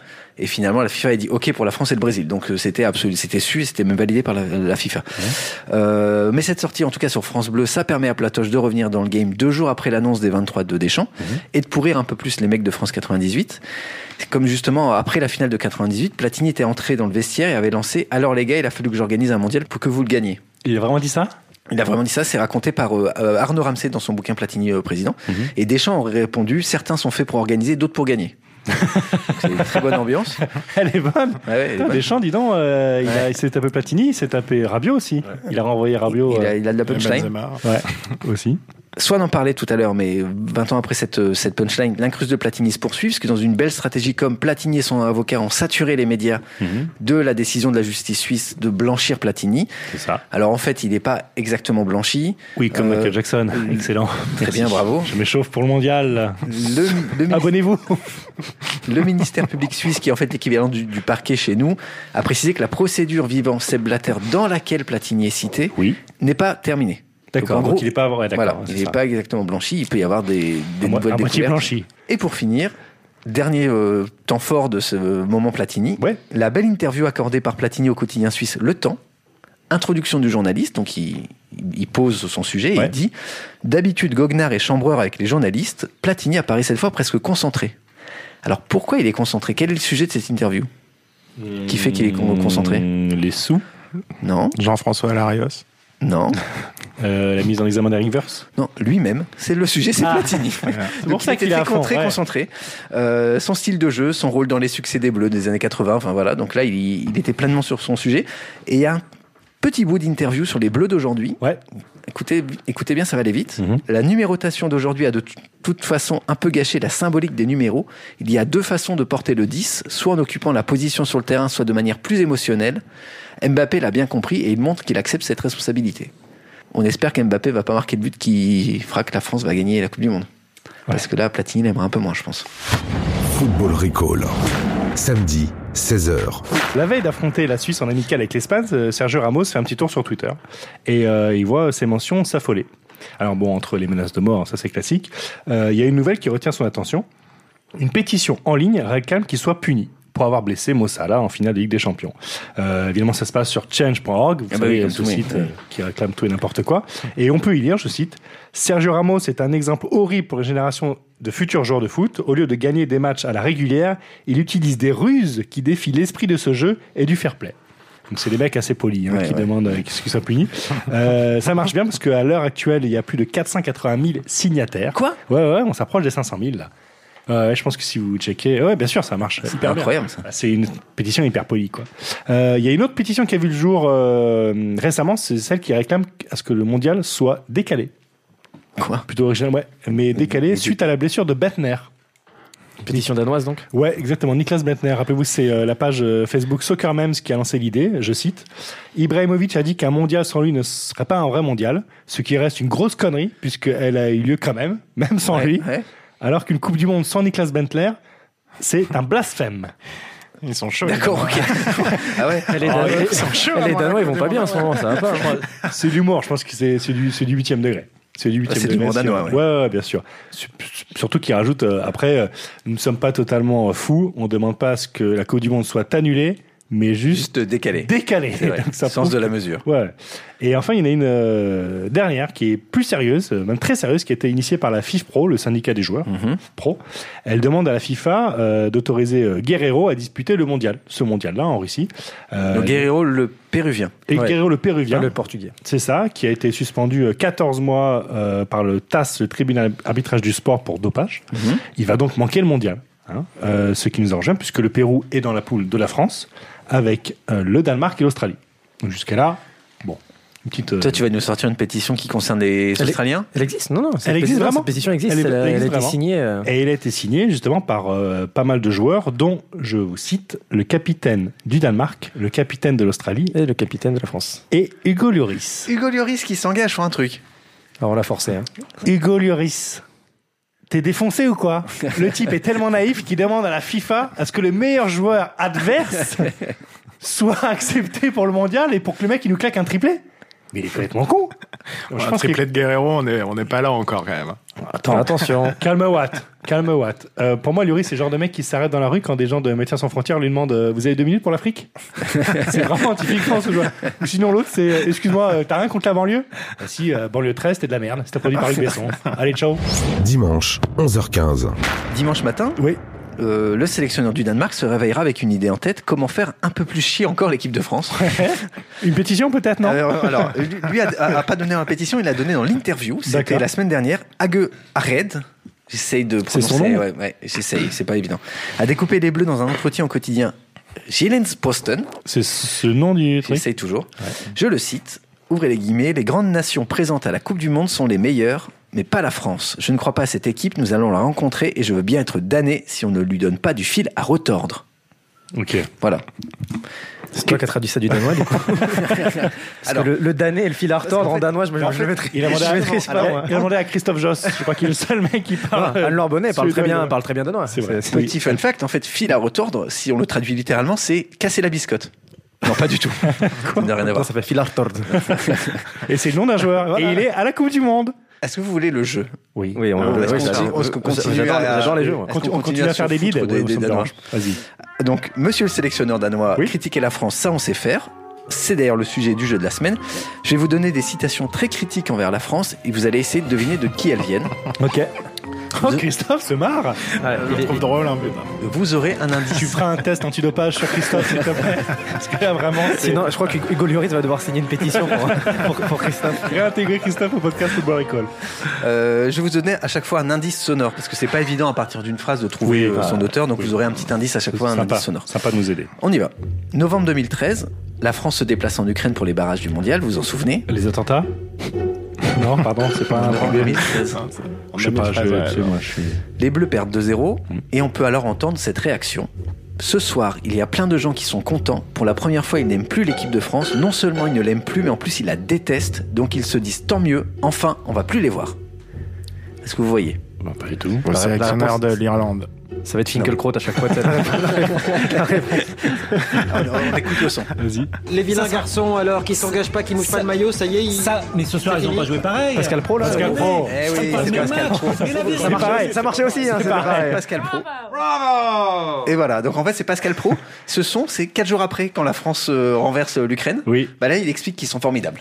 C: Et finalement, la FIFA a dit OK pour la France et le Brésil. Donc euh, c'était absolu, c'était su, et c'était même validé par la, la FIFA. Euh, mais cette sortie, en tout cas sur France Bleu, ça permet à Platoche de revenir dans le game deux jours après l'annonce des 23 de Deschamps
B: Mhm.
C: et de pourrir un peu plus les mecs de France 98. Comme justement après la finale de 98, Platini était entré dans le vestiaire et avait lancé alors les gars, il a fallu que j'organise un mondial pour que vous le gagniez.
B: Il a vraiment dit ça
C: Il a vraiment dit ça, c'est raconté par euh, euh, Arnaud Ramsey dans son bouquin Platini euh, président. Et Deschamps aurait répondu certains sont faits pour organiser, d'autres pour gagner. <laughs> Donc, c'est une très bonne ambiance.
B: Elle est bonne.
C: Ouais, ouais, elle est
B: Putain,
C: bonne.
B: Ah, Deschamps, dis donc, euh, il, a- il s'est tapé Platini, il s'est tapé Rabiot aussi. Il a renvoyé Rabiot
C: Il a,
B: euh,
C: il a de la punchline.
J: Benzema.
B: aussi.
C: Swan en parlait tout à l'heure, mais 20 ans après cette, euh, cette punchline, l'incruste de Platini se poursuit, parce que dans une belle stratégie comme Platini et son avocat ont saturé les médias
B: Mhm,
C: de la décision de la justice suisse de blanchir Platini.
B: C'est ça.
C: Alors en fait, il n'est pas exactement blanchi.
B: Oui, comme
C: Euh,
B: Michael Jackson. Excellent.
C: Très bien, <laughs> bravo.
B: <laughs> Je m'échauffe pour le mondial.
C: Le, le ministre-
B: Abonnez-vous.
C: Le ministère public suisse, qui est en fait l'équivalent du, du parquet chez nous, a précisé que la procédure vivant Seb Blatter dans laquelle Platini est cité
B: Oui.
C: n'est pas terminée.
B: D'accord.
C: en
B: Donc,
C: gros,
B: il n'est pas. ouais, d'accord, hein,
C: Voilà,
B: c'est
C: il n'est
B: ça.
C: pas exactement blanchi, il peut y avoir des, des
B: à, mo-
C: nouvelles
B: à moitié
C: découvertes.
B: blanchi.
C: Et pour finir, dernier euh, temps fort de ce moment Platini,
B: Ouais.
C: la belle interview accordée par Platini au quotidien suisse Le Temps, introduction du journaliste, donc il, il pose son sujet et
B: Ouais.
C: il dit D'habitude goguenard et chambreur avec les journalistes, Platini apparaît cette fois presque concentré. Alors pourquoi il est concentré Quel est le sujet de cette interview Qui fait qu'il est con- concentré
B: Mmh, Les sous,
C: Non,
J: Jean-François Larios.
C: non,
B: euh, la mise en examen des reverse.
C: non, lui-même, c'est le sujet, c'est
B: Ah. <laughs>
C: Platini.
B: C'est
C: Donc
B: pour
C: il
B: ça
C: était
B: qu'il est
C: très,
B: à fond.
C: très
B: ouais.
C: concentré. Euh, son style de jeu, son rôle dans les succès des Bleus des années 80, enfin voilà. Donc là, il, il était pleinement sur son sujet. Et il y a un petit bout d'interview sur les Bleus d'aujourd'hui.
B: Ouais.
C: Écoutez, écoutez bien, ça va aller vite.
B: Mhm.
C: La numérotation d'aujourd'hui a de t- toute façon un peu gâché la symbolique des numéros. Il y a deux façons de porter le 10, soit en occupant la position sur le terrain, soit de manière plus émotionnelle. Mbappé l'a bien compris et il montre qu'il accepte cette responsabilité. On espère qu'Mbappé va pas marquer le but qui fera que la France va gagner la Coupe du Monde. Parce que là, Platini l'aimera un peu moins, je pense.
D: Football Recall. Samedi, 16h.
B: La veille d'affronter la Suisse en amicale avec l'Espagne, euh, Sergio Ramos fait un petit tour sur Twitter et euh, il voit ces mentions s'affoler. Alors bon, entre les menaces de mort, ça c'est classique, euh, il y a une nouvelle qui retient son attention. Une pétition en ligne réclame qu'il soit puni pour avoir blessé Mossala en finale de Ligue des Champions. Euh, évidemment, ça se passe sur change.org, vous
C: Ah bah
B: savez,
C: oui, comme
B: ce
C: tout le monde.
B: site euh, qui réclame tout et n'importe quoi. Et on peut y lire, je cite, Sergio Ramos est un exemple horrible pour les générations de futurs joueurs de foot. Au lieu de gagner des matchs à la régulière, il utilise des ruses qui défient l'esprit de ce jeu et du fair play. Donc c'est des mecs assez polis hein,
C: Ouais,
B: qui
C: ouais.
B: demandent euh, qu'est-ce que ça punit. Euh, ça marche bien parce qu'à l'heure actuelle, il y a plus de 480 000 signataires.
C: Quoi
B: Ouais, ouais, on s'approche des 500 000 là. Euh, ouais, je pense que si vous checkez, ouais, bien sûr, ça marche.
C: C'est
B: hyper bien.
C: incroyable, ça.
B: Bah, C'est une pétition hyper polie, quoi. Euh, Il y a une autre pétition qui a vu le jour euh, récemment, c'est celle qui réclame à ce que le mondial soit décalé.
C: Quoi
B: Plutôt original, ouais, mais décalé suite à la blessure de Bettner.
I: Pétition danoise donc.
B: Ouais, exactement. Niklas Bettner, rappelez-vous, c'est euh, la page euh, Facebook Soccer Memes qui a lancé l'idée, je cite. Ibrahimovic a dit qu'un mondial sans lui ne serait pas un vrai mondial, ce qui reste une grosse connerie, puisqu'elle a eu lieu quand même, <laughs> même sans
C: Ouais,
B: lui, <laughs>
C: ouais.
B: alors qu'une Coupe du Monde sans Niklas Bettner, c'est un blasphème.
J: Ils sont chauds.
B: <laughs>
C: D'accord, ok. ah ouais.
I: Les Danois,
J: ils
I: <laughs>
J: sont chauds,
I: les
J: moi,
I: Danois, ils vont
J: la
I: pas bien en ce moment, ça va pas. hein.
B: C'est de l'humour, je pense que c'est c'est du c'est du huitième degré. C'est du huitième
C: c'est du
B: degré.
C: humour
B: c'est-
C: danois,
B: ouais.
C: ouais.
B: ouais, bien sûr. Su- su- Surtout qu'il rajoute euh, après, euh, nous ne sommes pas totalement euh, fous. On ne demande pas à ce que la Coupe du Monde soit annulée, mais juste
C: Juste décalé.
B: décalée.
C: C'est vrai.
B: Donc, ça
C: Sens
B: prouve
C: de la mesure.
B: Ouais. Et enfin, il y en a une euh, dernière qui est plus sérieuse, euh, même très sérieuse, qui a été initiée par la FIFPro, le syndicat des joueurs
I: Mhm.
B: pro. Elle demande à la FIFA euh, d'autoriser euh, Guerrero à disputer le mondial, ce mondial-là en Russie. Euh,
C: Donc Guerrero, le péruvien.
B: et
I: ouais.
B: Guerrero le péruvien,
I: Le portugais.
B: c'est ça, qui a été suspendu euh, 14 mois euh, par le TAS, le tribunal arbitrage du sport pour dopage.
I: Mhm.
B: Il va donc manquer le mondial. hein. Euh, ce qui nous enjambe, puisque le Pérou est dans la poule de la France, avec euh, le Danemark et l'Australie. Donc jusqu'à là, bon, une petite. euh,
C: Toi, tu vas nous sortir une pétition qui concerne les
I: Elle est-
C: Australiens
I: Elle existe Non, non. cette
B: Elle existe
I: pétition-
B: vraiment
I: Cette pétition existe.
B: Elle est-
I: Elle, a-
B: elle
I: elle a
B: existe
I: été
B: vraiment.
I: signée. euh,
B: Et elle a été signée justement par euh, pas mal de joueurs, dont, je vous cite, le capitaine du Danemark, le capitaine de l'Australie
I: Et le capitaine de la France.
B: et Hugo Lloris.
C: Hugo Lloris qui s'engage pour un truc.
I: Alors on l'a forcé. hein.
B: Hugo Lloris. T'es défoncé ou <laughs> quoi Le type est tellement naïf qu'il demande à la FIFA à ce que le meilleur joueur <laughs> adverse soit accepté pour le mondial et pour que le mec il nous claque un triplé. Mais il est complètement con.
J: Un triplé de Guerrero, on n'est on n'est pas là encore quand même. hein.
I: Attends, attention.
B: Calme Watt, calme Watt. Euh, pour moi, Luri, c'est le genre de mec qui s'arrête dans la rue quand des gens de Médecins Sans Frontières lui demandent euh, Vous avez deux minutes pour <laughs> l'Afrique C'est vraiment typiquement ce joueur. Ou sinon, l'autre, c'est euh, Excuse-moi, euh, t'as rien contre la banlieue Bah Si, euh, banlieue 13, c'était de la merde. C'était produit par Luc Besson. Allez, ciao.
D: Dimanche, 11h15.
C: Dimanche matin,
B: Oui.
C: euh, le sélectionneur du Danemark se réveillera avec une idée en tête comment faire un peu plus chier encore l'équipe de France.
B: Une pétition, peut-être, non
C: Alors, Euh, alors, lui lui a, a- a pas donné dans la pétition, il l'a donné dans l'interview. C'était
B: D'accord.
C: la semaine dernière. Hage Arred. J'essaye de
B: C'est son
C: prononcer.
B: nom
C: ouais, ouais, j'essaye, c'est pas évident. A découpé les Bleus dans un entretien au quotidien. Gillens Posten,
B: C'est ce nom du truc.
C: j'essaye toujours. Je le cite. Ouvrez les guillemets. Les grandes nations présentes à la Coupe du Monde sont les meilleures, mais pas la France. Je ne crois pas à cette équipe. Nous allons la rencontrer et je veux bien être damné si on ne lui donne pas du fil à retordre.
B: Ok. <laughs>
C: Voilà.
I: C'est toi qui as traduit ça du danois, du coup. Parce
C: Alors-
I: que le, le danais et le fil à retordre en danois, je me
C: en
I: je
C: fait,
I: le maîtrise-
B: Il a demandé,
I: je
B: à,
I: le maîtrise
B: alors,
I: pas, moi.
B: il a demandé à Christophe Joss. Je crois qu'il est le seul mec qui parle. euh,
I: Anne-Laure Bonnet parle très, bien,
B: suédois.
I: parle très bien danois.
B: C'est vrai.
I: oui.
C: Petit fun fact, en fait, fil à retordre, si on le traduit littéralement, c'est casser la biscotte. Non, pas <laughs> du tout. Ça n'a rien à
I: Attends,
C: voir.
I: ça fait fil à retordre.
B: Et c'est le nom d'un joueur. Et il est à la Coupe du Monde.
C: Est-ce que vous voulez le jeu
B: Oui.
I: Oui, on
C: Est-ce
I: oui,
C: qu'on
I: j'adore.
C: Ah, continue- est-ce qu'on continue
I: J'adore
C: à-
I: j'adore les jeux. moi.
C: Est-ce
B: Quand
C: qu'on
B: on
C: continue
B: continue
C: à
B: à faire
C: se
B: des leads
C: foutre des-
B: Ouais,
C: des
B: ça me
C: Danois.
B: dérange. Vas-y.
C: Donc, monsieur le sélectionneur danois,
B: Oui.
C: critiquer la France, ça on sait faire. C'est d'ailleurs le sujet du jeu de la semaine. Je vais vous donner des citations très critiques envers la France et vous allez essayer de deviner de qui elles viennent.
I: Ok.
B: Oh, Christophe se marre.
I: Ouais, Ah, il est-
J: drôle
C: hein.
J: un peu.
C: Vous aurez un
B: Tu
C: indice.
B: feras un test antidopage sur Christophe, s'il te plaît. Parce que là, vraiment, c'est
I: Sinon, je crois que Hugo Lloris va devoir signer une pétition pour, <laughs> pour, pour Christophe.
B: réintégrer Christophe au podcast Football École.
C: Euh, je vais vous donner à chaque fois un indice sonore parce que c'est pas évident à partir d'une phrase de
B: Oui,
C: trouver euh,
B: bah,
C: son auteur. Donc
B: oui.
C: vous aurez un petit indice à chaque fois, un indice sonore.
B: sympa de nous aider.
C: On y va. Novembre 2013, la France se déplace en Ukraine pour les barrages du mondial, vous vous en souvenez
B: Les attentats Non, pardon, c'est pas un problème.
C: 2013.
B: Je sais pas, je, c'est moi, je suis.
C: Les Bleus perdent 2-0 et on peut alors entendre cette réaction. Ce soir, il y a plein de gens qui sont contents. Pour la première fois, ils n'aiment plus l'équipe de France. Non seulement ils ne l'aiment plus, mais en plus ils la détestent. Donc ils se disent tant mieux, enfin, on va plus les voir. Est-ce que vous voyez
B: pas du tout.
J: Au
I: La- la
J: sélectionneur
I: réponse-
J: de l'Irlande.
I: Ça va être Finkelkraut à chaque fois. <laughs> t'as la- la réponse.
C: On écoute le son.
H: Les vilains garçons alors qui s'engagent pas, qui mouchent pas le maillot, ça y est, ils...
F: Ça, mais ce soir,
H: ils ont pas joué
F: pareil.
I: Pascal Pro, là.
B: Pascal Pro.
C: Eh oui, c'est Pascal Pro.
I: Ça marchait, ça marchait aussi, hein, c'est pareil.
C: Pascal Pro. Et voilà, donc en fait c'est Pascal Pro. Ce son, c'est 4 jours après quand la France euh, renverse euh, l'Ukraine.
B: Oui.
C: Bah là, il explique qu'ils sont
I: <laughs>
C: formidables.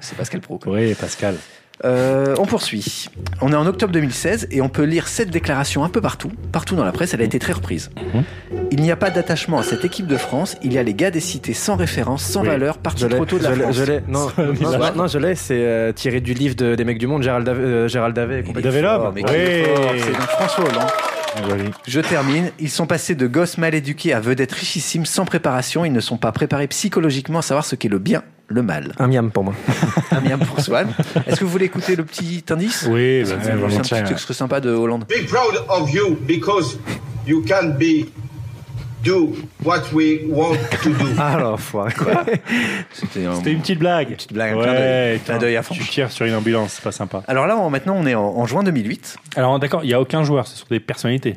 C: c'est Pascal Pro. quoi.
B: Oui, Pascal.
C: Euh, on poursuit. On est en octobre 2016 et on peut lire cette déclaration un peu partout. Partout dans la presse, elle a été très reprise.
I: Mhm.
C: Il n'y a pas d'attachement à cette équipe de France. Il y a les gars des cités sans référence, sans
B: Oui.
C: valeur,
I: Je
C: partis
I: l'ai,
C: trop tôt de
I: je
C: la
I: l'ai,
C: France.
I: je l'ai.
C: <laughs>
I: Non,
B: Ça,
I: non,
B: il
I: non,
B: l'a.
I: non, je l'ai, c'est euh, tiré du livre de- des mecs du monde, Gérald Dav- euh, Gérald Davé. et
C: Il est
I: compagnie. Oh,
B: Davelob.
C: fort, Oh, mais il est
B: Oui.
C: fort. C'est donc François Hollande. Je termine. Ils sont passés de gosses mal éduqués à vedettes richissimes sans préparation. Ils ne sont pas préparés psychologiquement à savoir ce qu'est le bien, le mal.
I: Un miam pour moi.
C: Un miam pour Swan. Est-ce que vous voulez écouter le petit indice
B: Oui, bah,
C: C'est un
J: volontiers,
C: petit
J: ouais.
C: extrait sympa de Hollande.
F: Be proud of you because you can be do what we want to do.
I: Alors, foiré quoi.
C: C'était un-
B: C'était une petite blague. Une
C: petite blague, un clin d'œil.
B: ouais,
C: Clin d'œil à
B: Tu
C: Franck.
B: tires sur une ambulance, c'est pas sympa.
C: Alors là, on- maintenant, on est en, en juin 2008.
B: Alors, d'accord, il y a aucun joueur, ce sont des personnalités.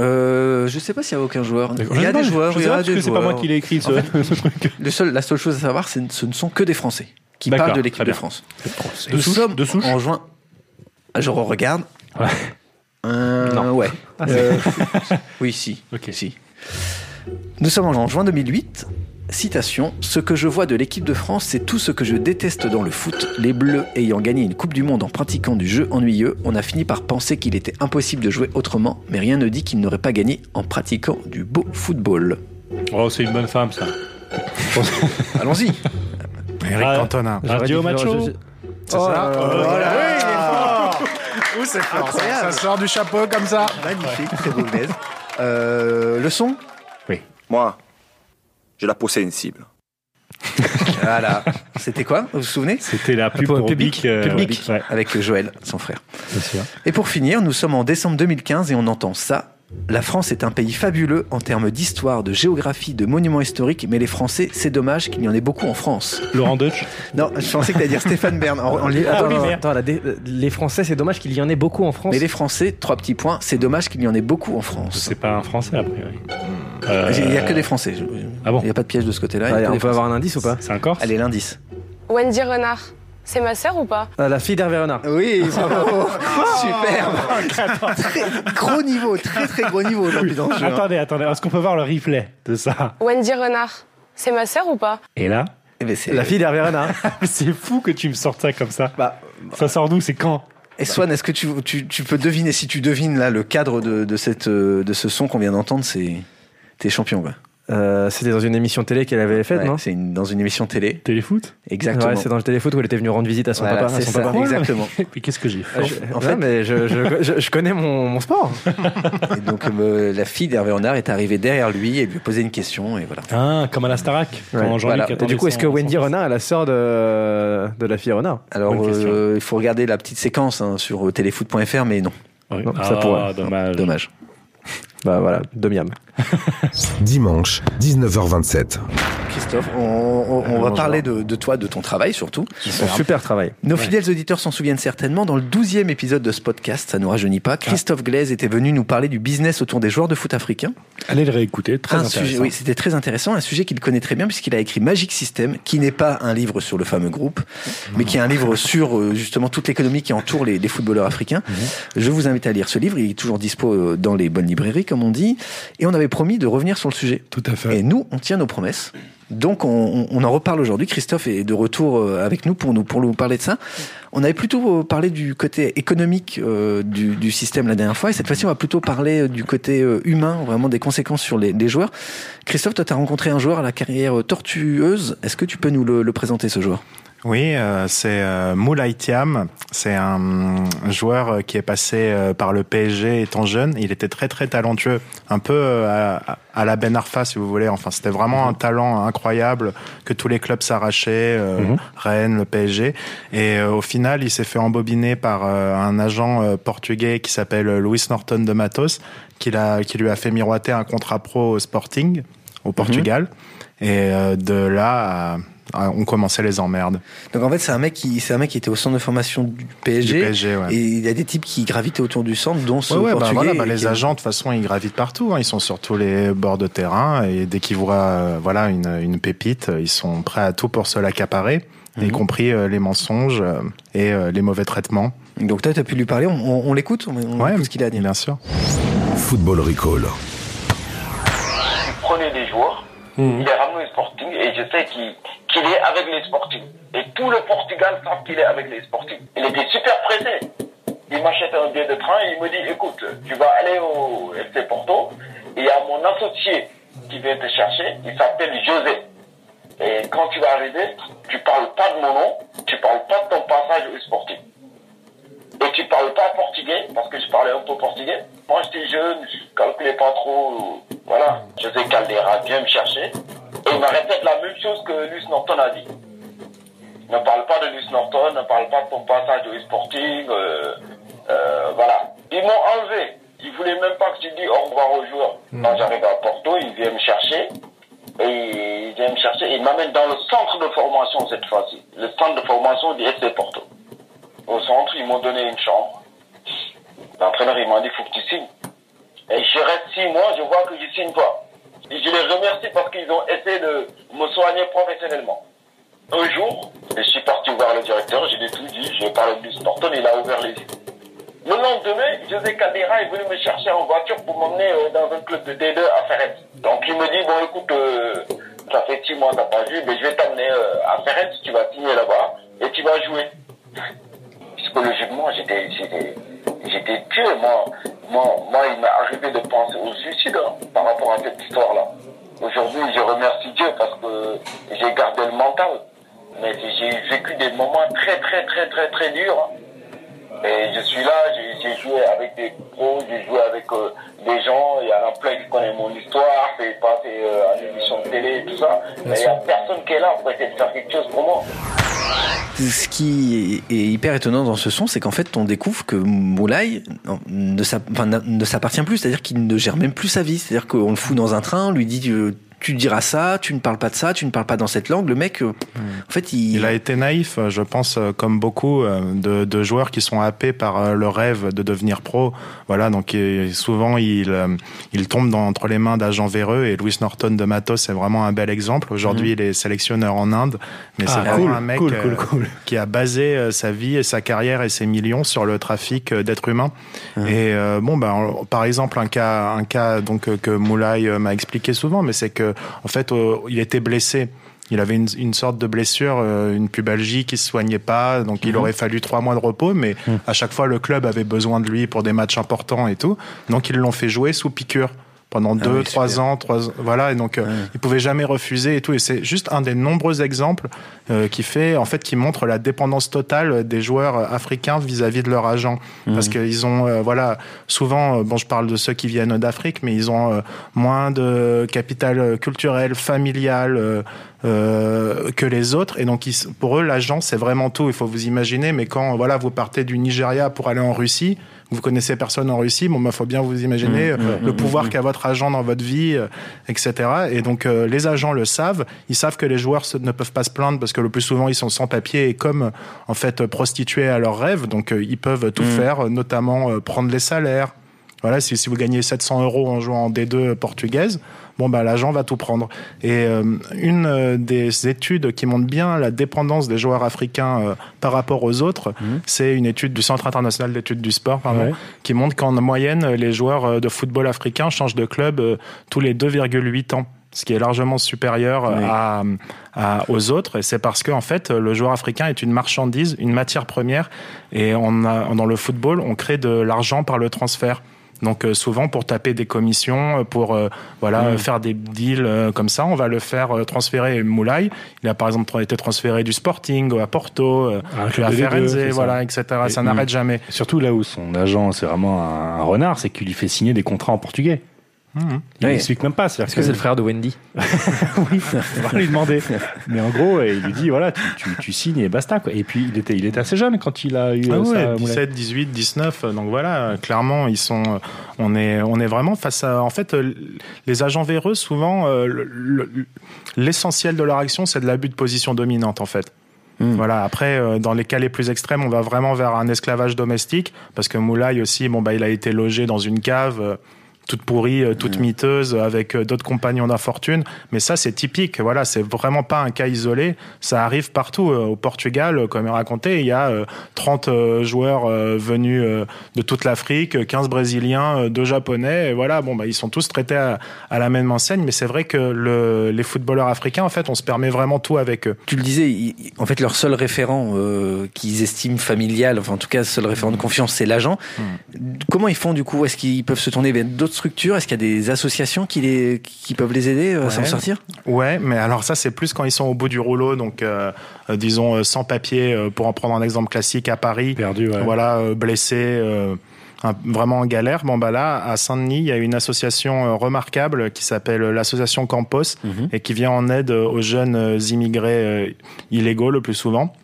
C: Euh, je sais pas s'il y a aucun joueur. Il y a des joueurs,
B: Je
C: il
B: sais
C: y
B: pas,
C: a
B: parce
C: des
B: que c'est pas
C: joueurs.
B: moi qui l'ai écrit, ce, <laughs> ce truc.
C: Le seul, la seule chose à savoir, c'est- ce ne sont que des Français qui
B: D'accord,
C: parlent de
B: très
C: l'équipe de
B: bien.
C: France.
B: De
C: Nous
B: souche,
C: sommes
B: de souche.
C: en juin. Ah, Je regarde.
B: Ouais. Ah,
C: Euh, Ouais. Euh, <laughs> oui, si.
B: Ok.
C: si. Nous sommes en juin 2008. Citation Ce que je vois de l'équipe de France, c'est tout ce que je déteste dans le foot. Les Bleus ayant gagné une Coupe du Monde en pratiquant du jeu ennuyeux, on a fini par penser qu'il était impossible de jouer autrement, mais rien ne dit qu'ils n'auraient pas gagné en pratiquant du beau football.
B: Oh, c'est une bonne femme, ça.
C: Allons-y
B: <laughs>
J: Eric
B: Ah.
J: Cantona.
B: Radio Macho.
I: Oh, là,
J: Oui, il est fort. c'est fort.
C: Incroyable.
J: Ça sort du chapeau comme ça.
C: Magnifique, très beau geste. Euh, le son
H: Moi, j'ai la peau sensible.
C: <laughs> Voilà. C'était quoi Vous vous souvenez
B: C'était la pub
I: Pour
B: pour
I: public,
B: Bic, euh,
I: public.
B: Bic, ouais.
C: Avec Joël, son frère. Et pour finir, nous sommes en décembre 2015 et on entend ça. La France est un pays fabuleux en termes d'histoire, de géographie, de monuments historiques, mais les Français, c'est dommage qu'il y en ait beaucoup en France.
B: Laurent Deutsch.
C: Non, je pensais que t'allais dire Stéphane Bern. En- en-
I: Oh, Attends,
B: oui,
I: attends,
B: merde.
I: attends, la dé- euh, les Français, c'est dommage qu'il y en ait beaucoup en France.
C: mais les Français, trois petits points, c'est dommage qu'il y en ait beaucoup en France.
B: C'est pas un français, a priori. Euh,
C: Il n'y a que des Français.
B: Ah bon
C: Il n'y a pas de piège de ce côté-là. il y a
I: Allez,
C: que
I: on
C: des
I: peut
C: Français.
I: avoir un indice ou pas
B: C'est un Corse
C: Allez, l'indice.
K: Wendy Renard. C'est ma sœur ou pas
I: Ah, La fille d'Hervé Renard.
C: <laughs> Oui, bravo. Superbe. Oh, Très gros niveau, très très gros niveau aujourd'hui dans le jeu. hein.
B: Attendez, attendez, est-ce qu'on peut voir le replay de ça
K: Wendy Renard. C'est ma sœur ou pas
B: Et là
C: Eh ben,
I: La fille d'Hervé Renard.
B: C'est fou que tu me sortes ça comme ça.
C: Bah,
B: ça sort d'où C'est quand
C: Et Swan, est-ce que tu, tu, tu peux deviner, si tu devines là le cadre de, de, cette, euh, de ce son qu'on vient d'entendre, c'est. T'es champion, quoi.
I: <laughs> Euh, C'était dans une émission télé qu'elle avait faite,
C: Ouais,
I: non
C: c'est une- dans une émission télé.
B: Téléfoot
C: Exactement.
I: Ouais, c'est dans le téléfoot où elle était venue rendre visite à son
C: Voilà,
I: papa. à
C: c'est
I: son
C: ça,
I: papa.
C: exactement.
B: Puis qu'est-ce que j'ai fait
I: Ah, je-
C: En
I: non,
C: fait-
I: mais je, je- je- je connais mon,
C: <laughs>
I: mon sport.
C: Et donc euh, la fille d'Hervé Renard est arrivée derrière lui et lui a posé une question et voilà.
B: Ah, comme à la Starac.
I: Ouais, voilà. Et du coup, est-ce que Wendy Renard est la sœur de, de la fille Renard
C: Alors
B: Bonne question.
C: euh, il faut regarder la petite séquence hein, sur euh, téléfoot.fr mais non.
I: Non, ça pourrait.
B: Ah, dommage.
C: Dommage.
I: Bah voilà, de miam.
D: Dimanche, 19h27.
C: Christophe, on, on- on va
I: bonjour.
C: parler de, de toi, de ton travail surtout.
I: Son super travail.
C: Nos fidèles auditeurs s'en souviennent certainement, dans le douzième épisode de ce podcast, ça nous rajeunit pas, Christophe Glaise était venu nous parler du business autour des joueurs de foot africains.
B: Allez le réécouter, très
C: Un
B: intéressant.
C: sujet, oui, c'était très intéressant, un sujet qu'il connaît très bien puisqu'il a écrit Magic System, qui n'est pas un livre sur le fameux groupe, mais qui est un livre sur euh, justement toute l'économie qui entoure les, les footballeurs africains.
L: Mhm.
C: Je vous invite à lire ce livre, il est toujours dispo euh, dans les bonnes librairies, comme on dit, et on avait promis de revenir sur le sujet.
L: Tout à fait.
C: Et nous, on tient nos promesses. Donc, on, on- on en reparle aujourd'hui. Christophe est de retour euh, avec nous pour nous, pour nous parler de ça. On avait plutôt euh, parlé du côté économique euh, du, du système la dernière fois. Et cette fois-ci, on va plutôt parler euh, du côté euh, humain, vraiment des conséquences sur les, les joueurs. Christophe, toi, tu as rencontré un joueur à la carrière euh, tortueuse. Est-ce que tu peux nous le, le présenter, ce joueur
J: Oui, euh, c'est euh, Moulay Thiam. C'est un mm, joueur euh, qui est passé euh, par le PSG étant jeune. Il était très très talentueux, un peu euh, à, à la Ben Arfa si vous voulez. Enfin, c'était vraiment un talent incroyable que tous les clubs s'arrachaient, euh,
B: Mhm.
J: Rennes, le PSG. Et euh, au final, il s'est fait embobiner par euh, un agent euh, portugais qui s'appelle euh, Luis Norton de Matos, qui, l'a- qui lui a fait miroiter un contrat pro au Sporting au Portugal. Et euh, de là, à- à- on commençait les emmerdes.
C: Donc, en fait, c'est un mec qui, c'est un mec qui était au centre de formation du PSG.
J: Du PSG, ouais.
C: Et il y a des types qui gravitaient autour du centre, dont ce
J: Ouais, ouais, bah
C: portugais.
J: voilà, bah
C: et
J: les
C: qui-
J: agents, de toute façon, ils gravitent partout. hein. Ils sont sur tous les bords de terrain. Et dès qu'ils voient euh, voilà, une, une pépite, ils sont prêts à tout pour se l'accaparer, y compris euh, les mensonges euh, et euh, les mauvais traitements.
C: Donc, toi, tu as pu lui parler. On, on- on l'écoute On, on écoute ce qu'il a à dire.
J: Bien sûr.
D: Football Recall.
G: Il prenait des joueurs, il les ramenait au Sporting et je sais qu'il qu'il est avec les Sporting. Et tout le Portugal savent qu'il est avec les Sporting. Il était super pressé. Il m'achète un billet de train et il me dit écoute, tu vas aller au FC Porto et il y a mon associé qui vient te chercher, il s'appelle José. Et quand tu vas arriver, tu parles pas de mon nom, tu parles pas de ton passage au Sporting. Et tu parles pas portugais, parce que je parlais un peu portugais. Moi, j'étais jeune, je calculais pas trop. Voilà. Je sais Caldera vient me chercher. Et il me répète la même chose que Luce Norton a dit. Ne parle pas de Luce Norton, ne parle pas de ton passage au Sporting. euh, euh, voilà. Ils m'ont enlevé. Ils voulaient même pas que tu dis au revoir aux joueurs. Quand j'arrive à Porto, ils viennent me chercher. Et ils viennent me chercher. Ils m'amènent dans le centre de formation cette fois-ci. Le centre de formation du FC Porto au centre, ils m'ont donné une chambre. L'entraîneur, il m'a dit, faut que tu signes. Et je reste six mois, je vois que je signe pas. Et je les remercie parce qu'ils ont essayé de me soigner professionnellement. Un jour, je suis parti voir le directeur, j'ai tout dit, j'ai parlé de Norton, il a ouvert les yeux. Le lendemain, José Caldera est venu me chercher en voiture pour m'emmener euh, dans un club de D2 à Ferret. Donc il me dit, bon écoute, euh, ça fait six mois, t'as pas vu, mais je vais t'emmener euh, à Ferret, tu vas signer là-bas et tu vas jouer psychologiquement, j'étais, j'étais, j'étais pieux. Moi, moi, moi, il m'est arrivé de penser au suicide hein, par rapport à cette histoire-là. Aujourd'hui, je remercie Dieu parce que j'ai gardé le mental. Mais j'ai vécu des moments très, très, très, très, très durs. hein. Et je suis là, j'ai- j'ai joué avec des pros, j'ai joué avec euh, des gens, il y en a plein qui connaissent mon histoire, c'est passé euh, à l'émission de télé et tout ça. Mais il n'y a personne qui est là pour essayer de faire quelque chose pour moi.
C: Ce qui est hyper étonnant dans ce son, c'est qu'en fait, on découvre que Moulay non, ne s'app- enfin, n'a- ne s'appartient plus, c'est-à-dire qu'il ne gère même plus sa vie. C'est-à-dire qu'on le fout dans un train, on lui dit euh, tu diras ça, tu ne parles pas de ça, tu ne parles pas dans cette langue. Le mec, euh, en fait, il...
J: Il a été naïf, je pense, euh, comme beaucoup euh, de, de joueurs qui sont happés par euh, le rêve de devenir pro. Voilà, donc euh, souvent il, euh, il tombe dans- entre les mains d'agents véreux et Louis Norton de Matos est vraiment un bel exemple. Aujourd'hui,
B: Mhm.
J: il est sélectionneur en Inde, mais
B: Ah,
J: c'est vraiment
B: cool,
J: un mec
B: cool, cool,
J: euh, qui a basé euh, sa vie et sa carrière et ses millions sur le trafic euh, d'êtres humains.
C: Ah.
J: Et euh, bon, bah, on- par exemple, un cas, un cas donc euh, que Moulay euh, m'a expliqué souvent, mais c'est que en fait, euh, il était blessé. Il avait une, une sorte de blessure, euh, une pubalgie qui se soignait pas, donc il
B: Mhm.
J: aurait fallu trois mois de repos, mais
C: Mhm.
J: à chaque fois le club avait besoin de lui pour des matchs importants et tout, donc ils l'ont fait jouer sous piqûre pendant
C: Ah
J: deux,
C: oui,
J: trois
C: super.
J: ans, trois, voilà, et donc euh, il pouvait jamais refuser et tout, et c'est juste un des nombreux exemples euh, qui fait, en fait, qui montre la dépendance totale des joueurs euh, africains vis-à-vis de leur agent, parce qu'ils ont, euh, voilà, souvent, euh, bon, je parle de ceux qui viennent d'Afrique, mais ils ont euh, moins de capital euh, culturel, familial. euh, euh, que les autres. Et donc, ils- pour eux, l'agent, c'est vraiment tout. Il faut vous imaginer, mais quand voilà, vous partez du Nigeria pour aller en Russie, vous connaissez personne en Russie, bon, il faut bien vous imaginer
B: Mmh,
J: euh,
B: mmh,
J: le
B: mmh,
J: pouvoir
B: mmh.
J: qu'a votre agent dans votre vie, euh, etc. Et donc, euh, les agents le savent. Ils savent que les joueurs se- ne peuvent pas se plaindre parce que le plus souvent, ils sont sans papier et comme, euh, en fait, euh, prostitués à leurs rêves. Donc, euh, ils peuvent tout
B: Mmh.
J: faire, euh, notamment euh, prendre les salaires. Voilà, si, si vous gagnez 700 euros en jouant en D2 portugaise, bon bah l'agent va tout prendre. Et euh, une euh, des études qui montre bien la dépendance des joueurs africains euh, par rapport aux autres, c'est une étude du Centre international d'études du sport, pardon,
B: Mhm. Ouais.
J: qui montre qu'en moyenne, les joueurs euh, de football africains changent de club euh, tous les 2,8 ans. Ce qui est largement supérieur euh,
B: Oui.
J: à, à- aux autres, et c'est parce que en fait, le joueur africain est une marchandise, une matière première, et on a, dans le football, on crée de l'argent par le transfert. Donc euh, souvent pour taper des commissions, euh, pour euh, voilà
B: Mm.
J: euh, faire des deals euh, comme ça, on va le faire euh, transférer Moulay. Il a par exemple tra- été transféré du Sporting à Porto, euh,
B: Un club
J: à
B: de D2,
J: Firenze,
B: c'est ça.
J: voilà, etc. ça
B: Et-
J: n'arrête
B: mm.
J: jamais.
B: Surtout là où son agent, c'est vraiment un, un renard, c'est qu'il lui fait signer des contrats en portugais. Il
I: Ouais.
B: n'explique même pas.
I: Est-ce que c'est le frère de Wendy
B: On va lui demander. Mais en gros, euh, il lui dit voilà, tu, tu- tu signes et basta. Quoi. Et puis, il était, il était assez jeune quand il a eu
J: Ah
B: euh,
J: ouais,
B: ça, Moulay.
J: 17, 18, 19. euh, Donc voilà, euh, clairement, ils sont. euh, On est, on est vraiment face à. En fait, euh, les agents véreux, souvent, euh, le- le- l'essentiel de leur action, c'est de l'abus de position dominante, en fait. Voilà. Après, euh, dans les cas les plus extrêmes, on va vraiment vers un esclavage domestique parce que Moulay aussi, bon bah, il a été logé dans une cave. euh, toute pourrie, euh, toute miteuse, euh, avec euh, d'autres compagnons d'infortune. Mais ça, c'est typique. Voilà, c'est vraiment pas un cas isolé. Ça arrive partout. Euh, Au Portugal, euh, comme raconté, il y a euh, 30 euh, joueurs euh, venus euh, de toute l'Afrique, euh, 15 Brésiliens, euh, 2 Japonais. Et voilà, bon, bah, ils sont tous traités à, à la même enseigne. Mais c'est vrai que le- les footballeurs africains, en fait, on se permet vraiment tout avec eux.
C: Tu le disais, ils- ils- en fait, leur seul référent euh, qu'ils estiment familial, enfin en tout cas, seul référent de confiance, c'est l'agent. Comment ils font du coup Est-ce qu'ils peuvent se tourner vers d'autres structures Est-ce qu'il y a des associations qui, les, qui peuvent les aider euh, à s'en
J: Ouais.
C: sortir
J: Ouais, mais alors ça, c'est plus quand ils sont au bout du rouleau, donc euh, euh, disons euh, sans papier, euh, pour en prendre un exemple classique à Paris.
B: Perdu, ouais.
J: Voilà, euh, blessé. euh, un- vraiment en galère. Bon, bah là, à Saint-Denis, il y a une association euh, remarquable qui s'appelle l'association Campos
B: Mhm.
J: et qui vient en aide euh, aux jeunes euh, immigrés euh, illégaux le plus souvent.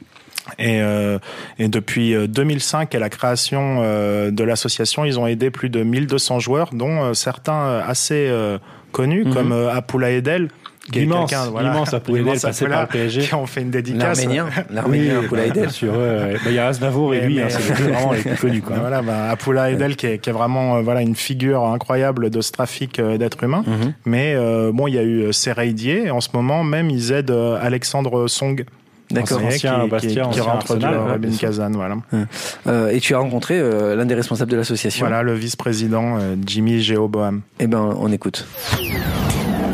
J: Et, euh, et depuis euh, 2005 et la création euh, de l'association, ils ont aidé plus de 1200 joueurs, dont euh, certains euh, assez euh, connus, comme euh, Apoula Edel. qui est
B: Mhm. Immense,
J: quelqu'un,
B: immense Apoula
J: <laughs>
B: Edel,
J: Immense
B: passé
J: Apoula,
B: par le PSG.
J: Qui ont fait une dédicace.
C: L'Arménien, l'Arménien
B: Oui,
C: Poulaïdel.
B: bien sûr, ouais, ouais. Bah, Il y a Aznavour et
J: Mais-
B: lui, hein,
J: mais-
B: c'est les deux vraiment les plus connus. Quoi.
J: <laughs> Voilà, bah, Apoula Edel qui est, qui est vraiment euh, voilà une figure incroyable de ce trafic euh, d'êtres humains.
B: Mm-hmm.
J: Mais euh, bon, il y a eu euh, Sereidier et en ce moment même ils aident euh, Alexandre Song.
C: D'accord.
J: Vous savez,
B: Ancien
J: qui,
B: Bastia,
J: qui- qui
B: ancien
J: rentre de
B: Arsenal,
J: la
B: ouais,
J: Rabin
B: bien sûr.
J: Kazan, voilà.
C: Euh, Et tu as rencontré euh, l'un des responsables de l'association.
J: Voilà le vice-président euh, Jimmy Géoboam.
C: Eh ben, on écoute.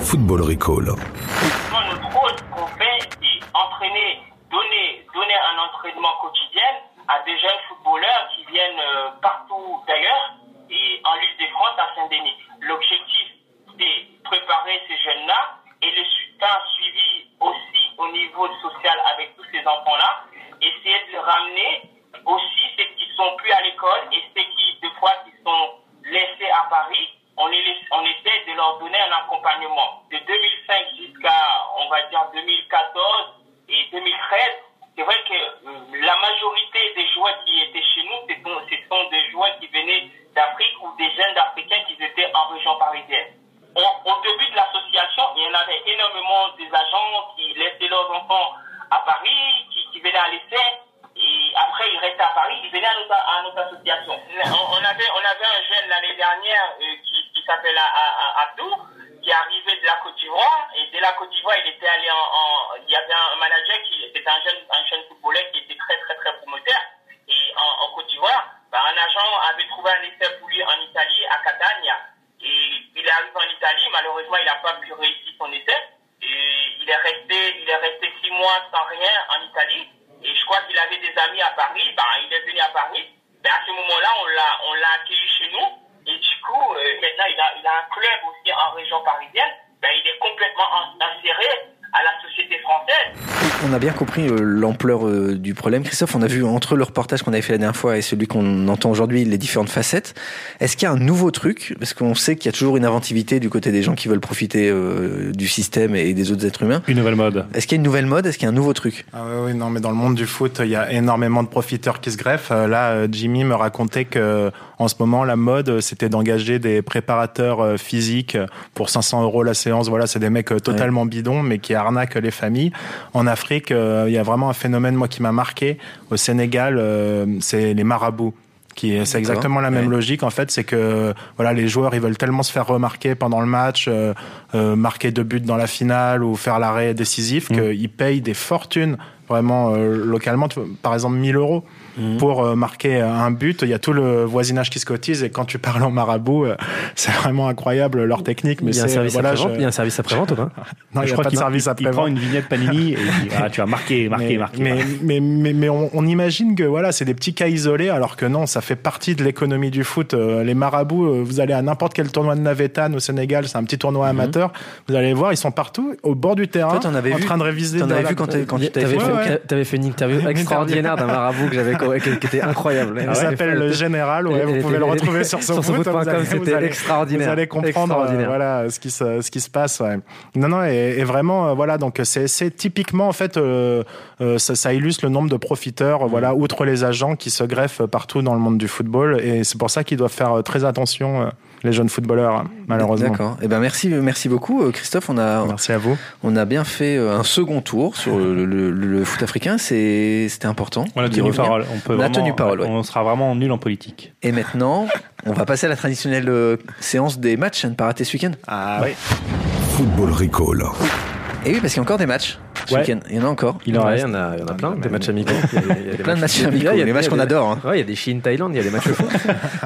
D: Football Recall.
L: notre rôle qu'on fait, c'est entraîner, donner, donner un entraînement quotidien à des jeunes footballeurs qui viennent euh, partout d'ailleurs et en l'île des France à Saint-Denis. L'objectif, c'est préparer ces jeunes-là et le su- temps suivi aussi au niveau social avec tous ces enfants-là, essayer de les ramener aussi ceux qui sont plus à l'école et ceux qui, des fois, qui sont laissés à Paris, on, les laisse- on essaie de leur donner un accompagnement. De 2005 jusqu'à, on va dire, 2014 et 2013, c'est vrai que euh, la majorité à Paris, qui, qui venaient à l'essai. Et après, ils restaient à Paris, ils venaient à notre, à notre association. On, on avait, on avait un jeune l'année dernière euh, qui, qui s'appelle A- A- A- Abdou, qui est arrivé de la Côte d'Ivoire. Et dès la Côte d'Ivoire, il était allé en, en- Il y avait un manager qui était un jeune, un jeune footballeur qui était très, très, très promoteur. Et en, en Côte d'Ivoire, bah, un agent avait trouvé un essai pour lui en Italie, à Catania. Et il est arrivé en Italie, malheureusement, il n'a pas pu réussir son essai. Et il est resté, il est resté six mois sans rien en Italie. Et je crois qu'il avait des amis à Paris. Bah, il est venu à Paris. Mais à ce moment-là, on l'a, on l'a accueilli chez nous. Et du coup, euh, maintenant, il a, il a un club aussi en région parisienne. Ben, il est complètement en- inséré à la société française.
C: On a bien compris euh, l'ampleur euh, du problème. Christophe, on a vu entre le reportage qu'on avait fait la dernière fois et celui qu'on entend aujourd'hui les différentes facettes. Est-ce qu'il y a un nouveau truc Parce qu'on sait qu'il y a toujours une inventivité du côté des gens qui veulent profiter euh, du système et des autres êtres humains.
B: Une nouvelle mode.
C: Est-ce qu'il y a une nouvelle mode Est-ce qu'il y a un nouveau truc
J: Ah oui, oui, non, mais dans le monde du foot, il y a énormément de profiteurs qui se greffent. Euh, Là, euh, Jimmy me racontait que euh, en ce moment, la mode, euh, c'était d'engager des préparateurs euh, physiques pour 500 euros la séance. Voilà, c'est des mecs euh, totalement bidons, mais qui arnaquent les familles. En Afrique, euh, il y a vraiment un phénomène, moi, qui m'a marqué. Au Sénégal, euh, c'est les marabouts. Qui, c'est exactement la même logique en fait, c'est que voilà les joueurs ils veulent tellement se faire remarquer pendant le match, euh, euh, marquer deux buts dans la finale ou faire l'arrêt décisif
I: Mm.
J: qu'ils payent des fortunes vraiment euh, localement, tu vois, par exemple 1000 euros
I: Mm.
J: pour euh, marquer un but. Il y a tout le voisinage qui se cotise et quand tu parles en marabout, euh, <laughs> c'est vraiment incroyable leur technique. Mais
I: Il y a un
J: c'est-
I: service
J: voilà,
I: après-vente
J: je-
I: il y a un service après-vente ou pas
J: <laughs> Non, il y a pas de service
B: Il
J: après-vente.
B: prend une vignette Panini et il dit Ah, tu as marqué, marqué,
J: mais,
B: marqué.
J: mais, mais, mais- mais on, on imagine que voilà, c'est des petits cas isolés, alors que non, ça fait partie de l'économie du foot. Euh, les marabouts, euh, vous allez à n'importe quel tournoi de navétane au Sénégal, c'est un petit tournoi
B: Mhm.
J: amateur. Vous allez voir, ils sont partout, au bord du terrain,
C: t'en avais
J: en
C: vu-
J: train de réviser.
C: t'en
J: de
C: avais
J: la-
C: vu quand t'es- quand tu t'es
J: Ouais,
I: T'avais fait,
J: ouais.
I: t'avais fait une
J: <laughs>
I: interview extraordinaire d'un marabout que j'avais co- qui, qui était incroyable.
J: Il s'appelle le Général, ouais, vous pouvez le retrouver
I: <laughs>
J: sur
C: <laughs>
J: son foot, vous allez- vous
I: C'était
J: allez-
I: extraordinaire.
J: Vous allez comprendre euh,
I: Extraordinaire.
J: voilà, ce, qui se, ce qui se passe. ouais. Non, non, et, et vraiment, euh, voilà, donc c'est c'est typiquement, en fait, euh, euh, ça, ça illustre le nombre de profiteurs, euh, voilà, outre les agents qui se greffent partout dans le monde du football. Et c'est pour ça qu'ils doivent faire euh, très attention, euh, les jeunes footballeurs, hein, malheureusement.
C: D'accord. Eh ben merci, merci beaucoup, euh, Christophe. On a,
J: merci à vous.
C: On a bien fait euh, un second tour sur le, le- le foot africain. C'est, c'était important.
B: On a
C: d'y
B: tenu
C: revenir.
B: parole. On, peut
C: On a
B: vraiment-
C: tenu parole. ouais.
B: On sera vraiment nul en politique.
C: Et maintenant, on va passer à la traditionnelle euh, séance des matchs à ne pas rater ce week-end.
J: Ah
C: oui.
D: Football Recall.
C: Et oui, parce qu'il y a encore des matchs ce
I: Ouais.
C: week-end. Il y en a encore.
I: Il en reste. Il y en a, il y en a plein, des matchs amicaux. Il y a- il y a des
C: Plein de matchs amicaux,
I: il y a-
C: les matchs
I: il y a
C: qu'on
I: des-
C: adore, hein.
I: Ouais, il y a des Chine-Thaïlande, il y a des matchs de
J: <laughs>
I: foot.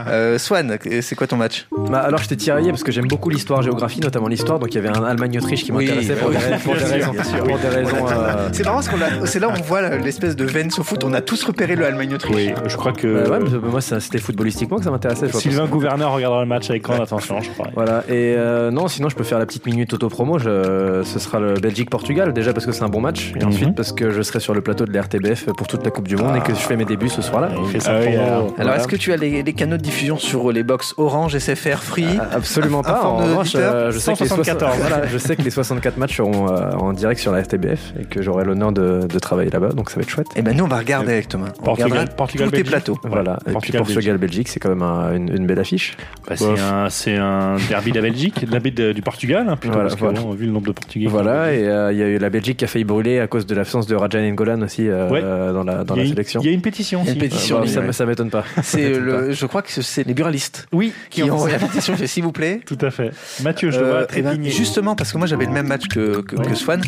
C: Euh, Swan, c'est quoi ton match
I: Bah, alors je t'ai tiraillé parce que j'aime beaucoup l'histoire, géographie, notamment l'histoire. Donc il y avait un Allemagne-Autriche qui
C: Oui,
I: m'intéressait pour,
C: oui,
I: des ra- pour des
C: bien sûr,
I: raisons.
C: bien sûr.
I: pour des raisons, euh,
C: C'est marrant parce qu'on a- c'est là où on voit la- l'espèce de veine sur foot. On a tous repéré le Allemagne-Autriche.
B: je crois que.
C: Euh,
I: bah ouais, mais moi ça- c'était footballistiquement que ça m'intéressait. je vois,
B: Sylvain
I: parce que-
B: Gouverneur regardera le match avec grande attention, je crois.
I: Voilà, et euh, non, sinon je peux faire la petite minute auto-promo. Je- ce sera le Belgique-Portugal, déjà parce que c'est un bon match, et
B: Mhm.
I: ensuite parce que je serai sur le plateau de la RTBF pour toute la Coupe du Monde et que je fais mes débuts ce soir-là.
C: Ah oui, alors alors, est-ce que tu as les, les canaux de diffusion sur les box Orange, SFR, Free
I: Ah. Absolument pas. En
C: Informe nos
I: revanche,
C: auditeurs.
I: euh, je, sais que les
C: 174,
I: 60 voilà, <laughs> je sais que les 64 matchs seront euh, en direct sur la RTBF et que j'aurai l'honneur de, de travailler là-bas, donc ça va être chouette.
C: Et ben nous, on va regarder avec Thomas. On Portugal- regardera Portugal, tous tes Belgique. plateaux.
I: Voilà, et puis
B: Portugal,
I: Portugal-Belgique, c'est quand même un- une, une belle affiche.
B: Bah, c'est un- c'est un, derby de la Belgique, derby de- du Portugal, hein, plutôt,
I: Voilà,
B: parce que,
I: voilà.
B: bon, vu le nombre de Portugais.
I: Voilà, et euh, il y a eu la Belgique qui a failli brûler à cause de l'absence de Rajan Ngolan aussi euh,
B: Ouais.
I: dans la, dans
B: Il y a
I: la
B: une-
I: sélection.
B: il y a une pétition
C: aussi. Une pétition,
I: Ah bah,
C: oui,
I: ça,
C: ouais.
I: ça m'étonne pas. Ça
C: C'est
I: m'étonne
C: le,
I: pas.
C: je crois que ce- c'est les buralistes.
B: Oui,
C: qui
I: qui ont
C: ont
I: fait
C: la
I: ça.
C: pétition, je fais, s'il vous plaît.
B: Tout à fait. Mathieu, je te vois
C: eh ben,
B: trépigner.
C: justement, parce que moi j'avais le même match que, que, que Swan.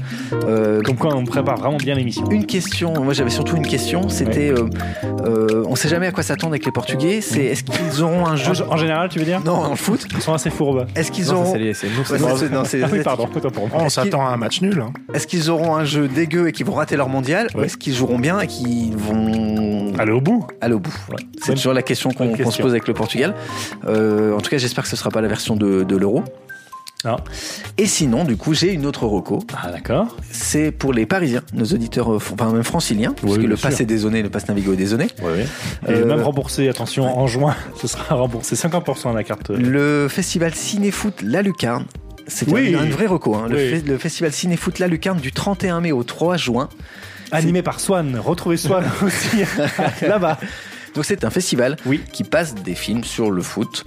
C: euh,
B: Comme quoi, on prépare vraiment bien l'émission.
C: Une question, moi j'avais surtout une question, c'était euh, euh, on sait jamais à quoi s'attendre avec les Portugais, c'est est-ce qu'ils auront
B: <laughs>
C: un jeu.
B: En, général, tu veux dire
C: Non, en foot.
B: Ils sont assez fourbes.
C: Est-ce qu'ils auront. <laughs> Ouais, c'est- non, c'est-
B: Ah oui,
C: c'est-
B: pardon, autant pour moi.
J: On
C: Est-ce qu'il-
J: s'attend à un match nul. hein.
C: Est-ce qu'ils auront un jeu dégueu et qu'ils vont rater leur mondial Ou est-ce qu'ils joueront bien et qu'ils vont.
B: Aller au bout
C: Aller au bout. C'est toujours la question qu'on
B: bonne
C: qu'on se
B: question.
C: pose avec le Portugal. Euh, en tout cas, j'espère que ce sera pas la version de, de l'euro. Et sinon, du coup, j'ai une autre reco.
B: Ah, d'accord.
C: C'est pour les Parisiens, nos auditeurs, euh, fr- enfin même franciliens, parce que
B: bien
C: le
B: sûr.
C: pass est dézonné, le pass Navigo est dézonné.
B: Et
C: Euh,
B: même remboursé, attention, en juin, ce sera <laughs> remboursé 50% à la carte. euh,
C: Le festival Cinéfoot La Lucarne, c'est
B: Oui.
C: un vrai reco. hein. Le,
B: Oui.
C: fe- le festival Cinéfoot La Lucarne du 31 mai au 3 juin.
B: Animé par Swan, retrouvez
C: <laughs>
B: Swan aussi <laughs> là-bas.
C: Donc c'est un festival qui passe des films sur le foot.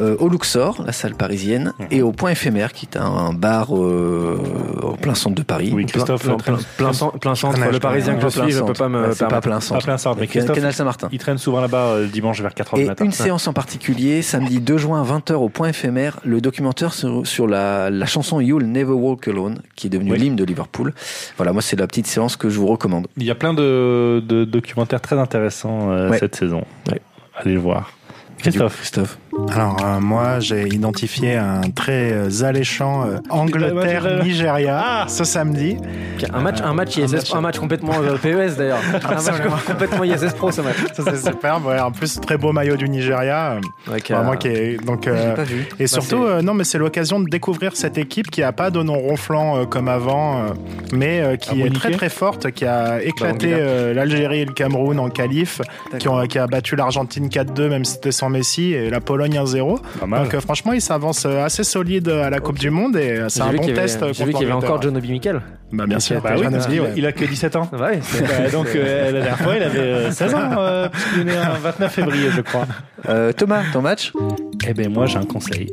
C: euh, au Luxor, la salle parisienne,
B: Mhm.
C: et au Point Éphémère, qui est un, un bar euh, en plein centre de Paris.
B: Oui,
C: Plein-
B: Christophe,
C: plein,
B: plein-
C: plein,
B: plein
I: centre- plein centre,
C: Ah,
I: le Parisien que je
C: plein
I: suis, je
C: centre.
I: peux pas me
C: Ouais, C'est pas
I: permettre.
C: plein
B: Pas
C: centre.
B: Ah, plein centre, mais
C: Canal-
B: Christophe,
C: Canal Saint-Martin.
B: Il traîne souvent là-bas euh, le dimanche vers 4h du
C: Et
B: matin.
C: une
B: Ouais.
C: séance en particulier, samedi 2 juin 20h au point éphémère, le documentaire sur, sur la, la chanson You'll Never Walk Alone, qui est devenue
B: Oui.
C: l'hymne de Liverpool. Voilà, moi c'est la petite séance que je vous recommande.
B: Il y a plein de, de documentaires très intéressants euh,
C: Ouais.
B: cette saison. Allez le voir. Christophe.
C: Christophe.
J: Alors euh, moi j'ai identifié un très euh, alléchant euh, Angleterre-Nigeria ce samedi.
I: Un match, un match ISS, un match, complètement euh, PES d'ailleurs. Un match
J: Absolument.
I: complètement ISS Pro ce match.
J: Ça, c'est superbe. ouais. En plus, très beau maillot du Nigeria. euh, vraiment qui est- donc, euh,
I: J'ai pas vu.
J: Et
I: Bah,
J: surtout,
I: c'est-
J: euh, non, mais c'est l'occasion de découvrir cette équipe qui a pas de nom ronflant euh, comme avant, euh, mais euh, qui est
B: Harmoniqué.
J: très très forte, qui a éclaté
B: Bah, on dit là.
J: euh, l'Algérie et le Cameroun en qualif, qui, ont- euh, qui a battu l'Argentine 4-2, même si c'était sans Messi, et la Pologne 1-0.
B: mal.
J: Donc euh, franchement, ils s'avancent euh, assez solide euh, à la Coupe du Monde et euh, c'est
I: J'ai
J: un
I: vu
J: bon
I: qu'il y avait-
J: test. euh,
I: J'ai
J: contre
I: vu qu'il y avait
J: l'Angleterre.
I: encore John Obi Mikel.
J: Bah, bien
B: euh,
J: sûr,
I: Qui a-
J: Bah oui,
I: John
J: parce
I: Obi,
J: qu'il-
I: ouais.
B: Il a que 17 ans.
I: <laughs> Ouais,
B: <laughs>
I: c'est-
B: Bah, donc euh, la dernière fois, il avait euh, 16 ans, euh, puisqu'il est né un 29 février, je crois.
C: Euh, Thomas, ton match
B: Eh bien, moi, j'ai un conseil.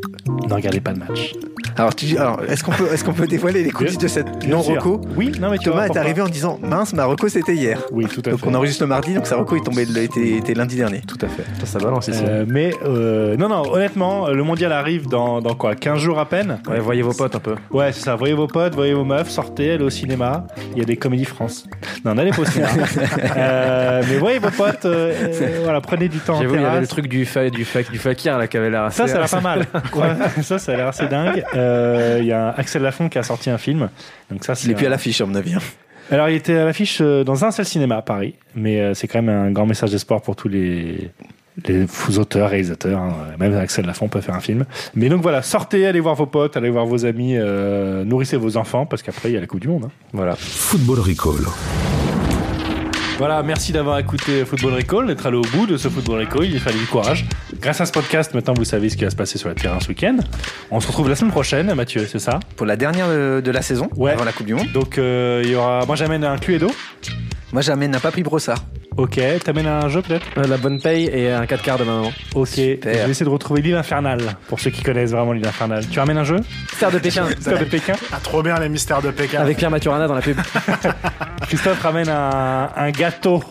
B: Ne regardez pas le match.
C: Alors, tu- alors, est-ce qu'on peut, est-ce qu'on peut dévoiler les coulisses de cette non-reco
B: Oui, non, mais tu
C: Thomas
B: vois,
C: est
B: pourquoi
C: arrivé en disant mince, ma reco c'était hier.
B: Oui, tout à
C: Donc
B: fait.
C: on enregistre le mardi, donc sa reco est tombée, le- était, était lundi dernier.
B: Tout à fait.
I: Putain, Ça balance ici.
B: Euh, mais euh, non, non, honnêtement, le mondial arrive dans, dans quoi 15 jours à peine
I: Ouais, voyez vos potes un peu.
B: Ouais, c'est ça. Voyez vos potes, voyez vos meufs, sortez, allez au cinéma. Il y a des comédies France. Non, n'allez pas au
C: <laughs>
B: cinéma. Euh, mais voyez vos potes, euh, euh, voilà, prenez du temps en
I: J'avoue, il y avait le
B: terrasse.
I: truc du, fa du, fa du fakir là qui avait l'air
B: Ça,
I: assez-
B: ça a l'air pas mal. Ouais, ça, ça a l'air assez dingue. Euh, Il y a Axel Lafont qui a sorti un film. Donc ça, c'est
C: Il est plus
B: un-
C: à l'affiche, à mon avis. hein.
B: Alors, il était à l'affiche euh, dans un seul cinéma à Paris, mais euh, c'est quand même un grand message d'espoir pour tous les, les fous auteurs, réalisateurs. hein. Même Axel Lafont peut faire un film. Mais donc voilà, sortez, allez voir vos potes, allez voir vos amis, euh, nourrissez vos enfants, parce qu'après, il y a la Coupe du Monde. hein.
I: Voilà.
D: Football Recall.
B: Voilà, Ah, merci d'avoir écouté Football Recall, d'être allé au bout de ce Football Recall. Il fallait du courage. Grâce à ce podcast, maintenant, vous savez ce qui va se passer sur le terrain ce week-end. On se retrouve la semaine prochaine, Mathieu, c'est ça
C: Pour la dernière euh, de, de la saison,
B: Ouais.
C: avant la Coupe du Monde,
B: Donc, euh, il y aura. Moi, j'amène un Cluedo.
C: moi j'amène n'a pas pris brossard.
B: Ok, t'amènes un jeu peut-être
I: Euh, La bonne paye et un 4 quarts de ma maman.
B: Ok,
C: Super.
B: je vais essayer de retrouver l'île infernale, pour ceux qui connaissent vraiment l'île infernale. Tu ramènes un jeu
I: Star de Pékin
B: Christophe de
J: <laughs>
B: Pékin
J: Ah, trop bien les mystères de Pékin.
I: avec Pierre Maturana dans la pub.
B: Christophe ramène un, un gâteau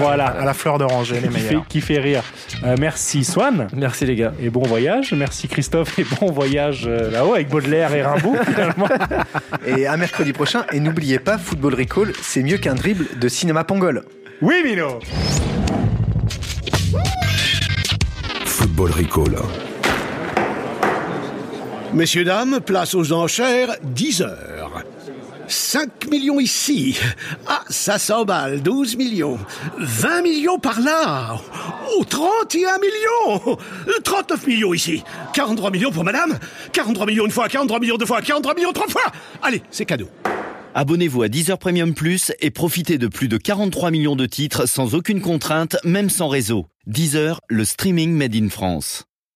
B: Voilà.
J: À la fleur d'oranger, <laughs> les
B: qui fait,
J: meilleurs.
B: qui fait rire. Euh, merci Swan
I: Merci les gars.
B: et bon voyage. Merci Christophe et bon voyage euh, là-haut avec Baudelaire et
J: <laughs>
B: Rimbaud finalement.
C: Et à mercredi prochain, et n'oubliez pas, Football Recall, c'est mieux qu'un dribble de cinéma pongol.
B: Oui Mino
D: Football Recall.
M: Messieurs, dames, place aux enchères, 10 heures. 5 millions ici. Ah, ça s'emballe, 12 millions. 20 millions par là. Oh, 31 millions. 39 millions ici. 43 millions pour madame. 43 millions une fois, 43 millions deux fois, 43 millions trois fois. Allez, c'est cadeau.
N: Abonnez-vous à Deezer Premium Plus et profitez de plus de 43 millions de titres sans aucune contrainte, même sans réseau. Deezer, le streaming made in France.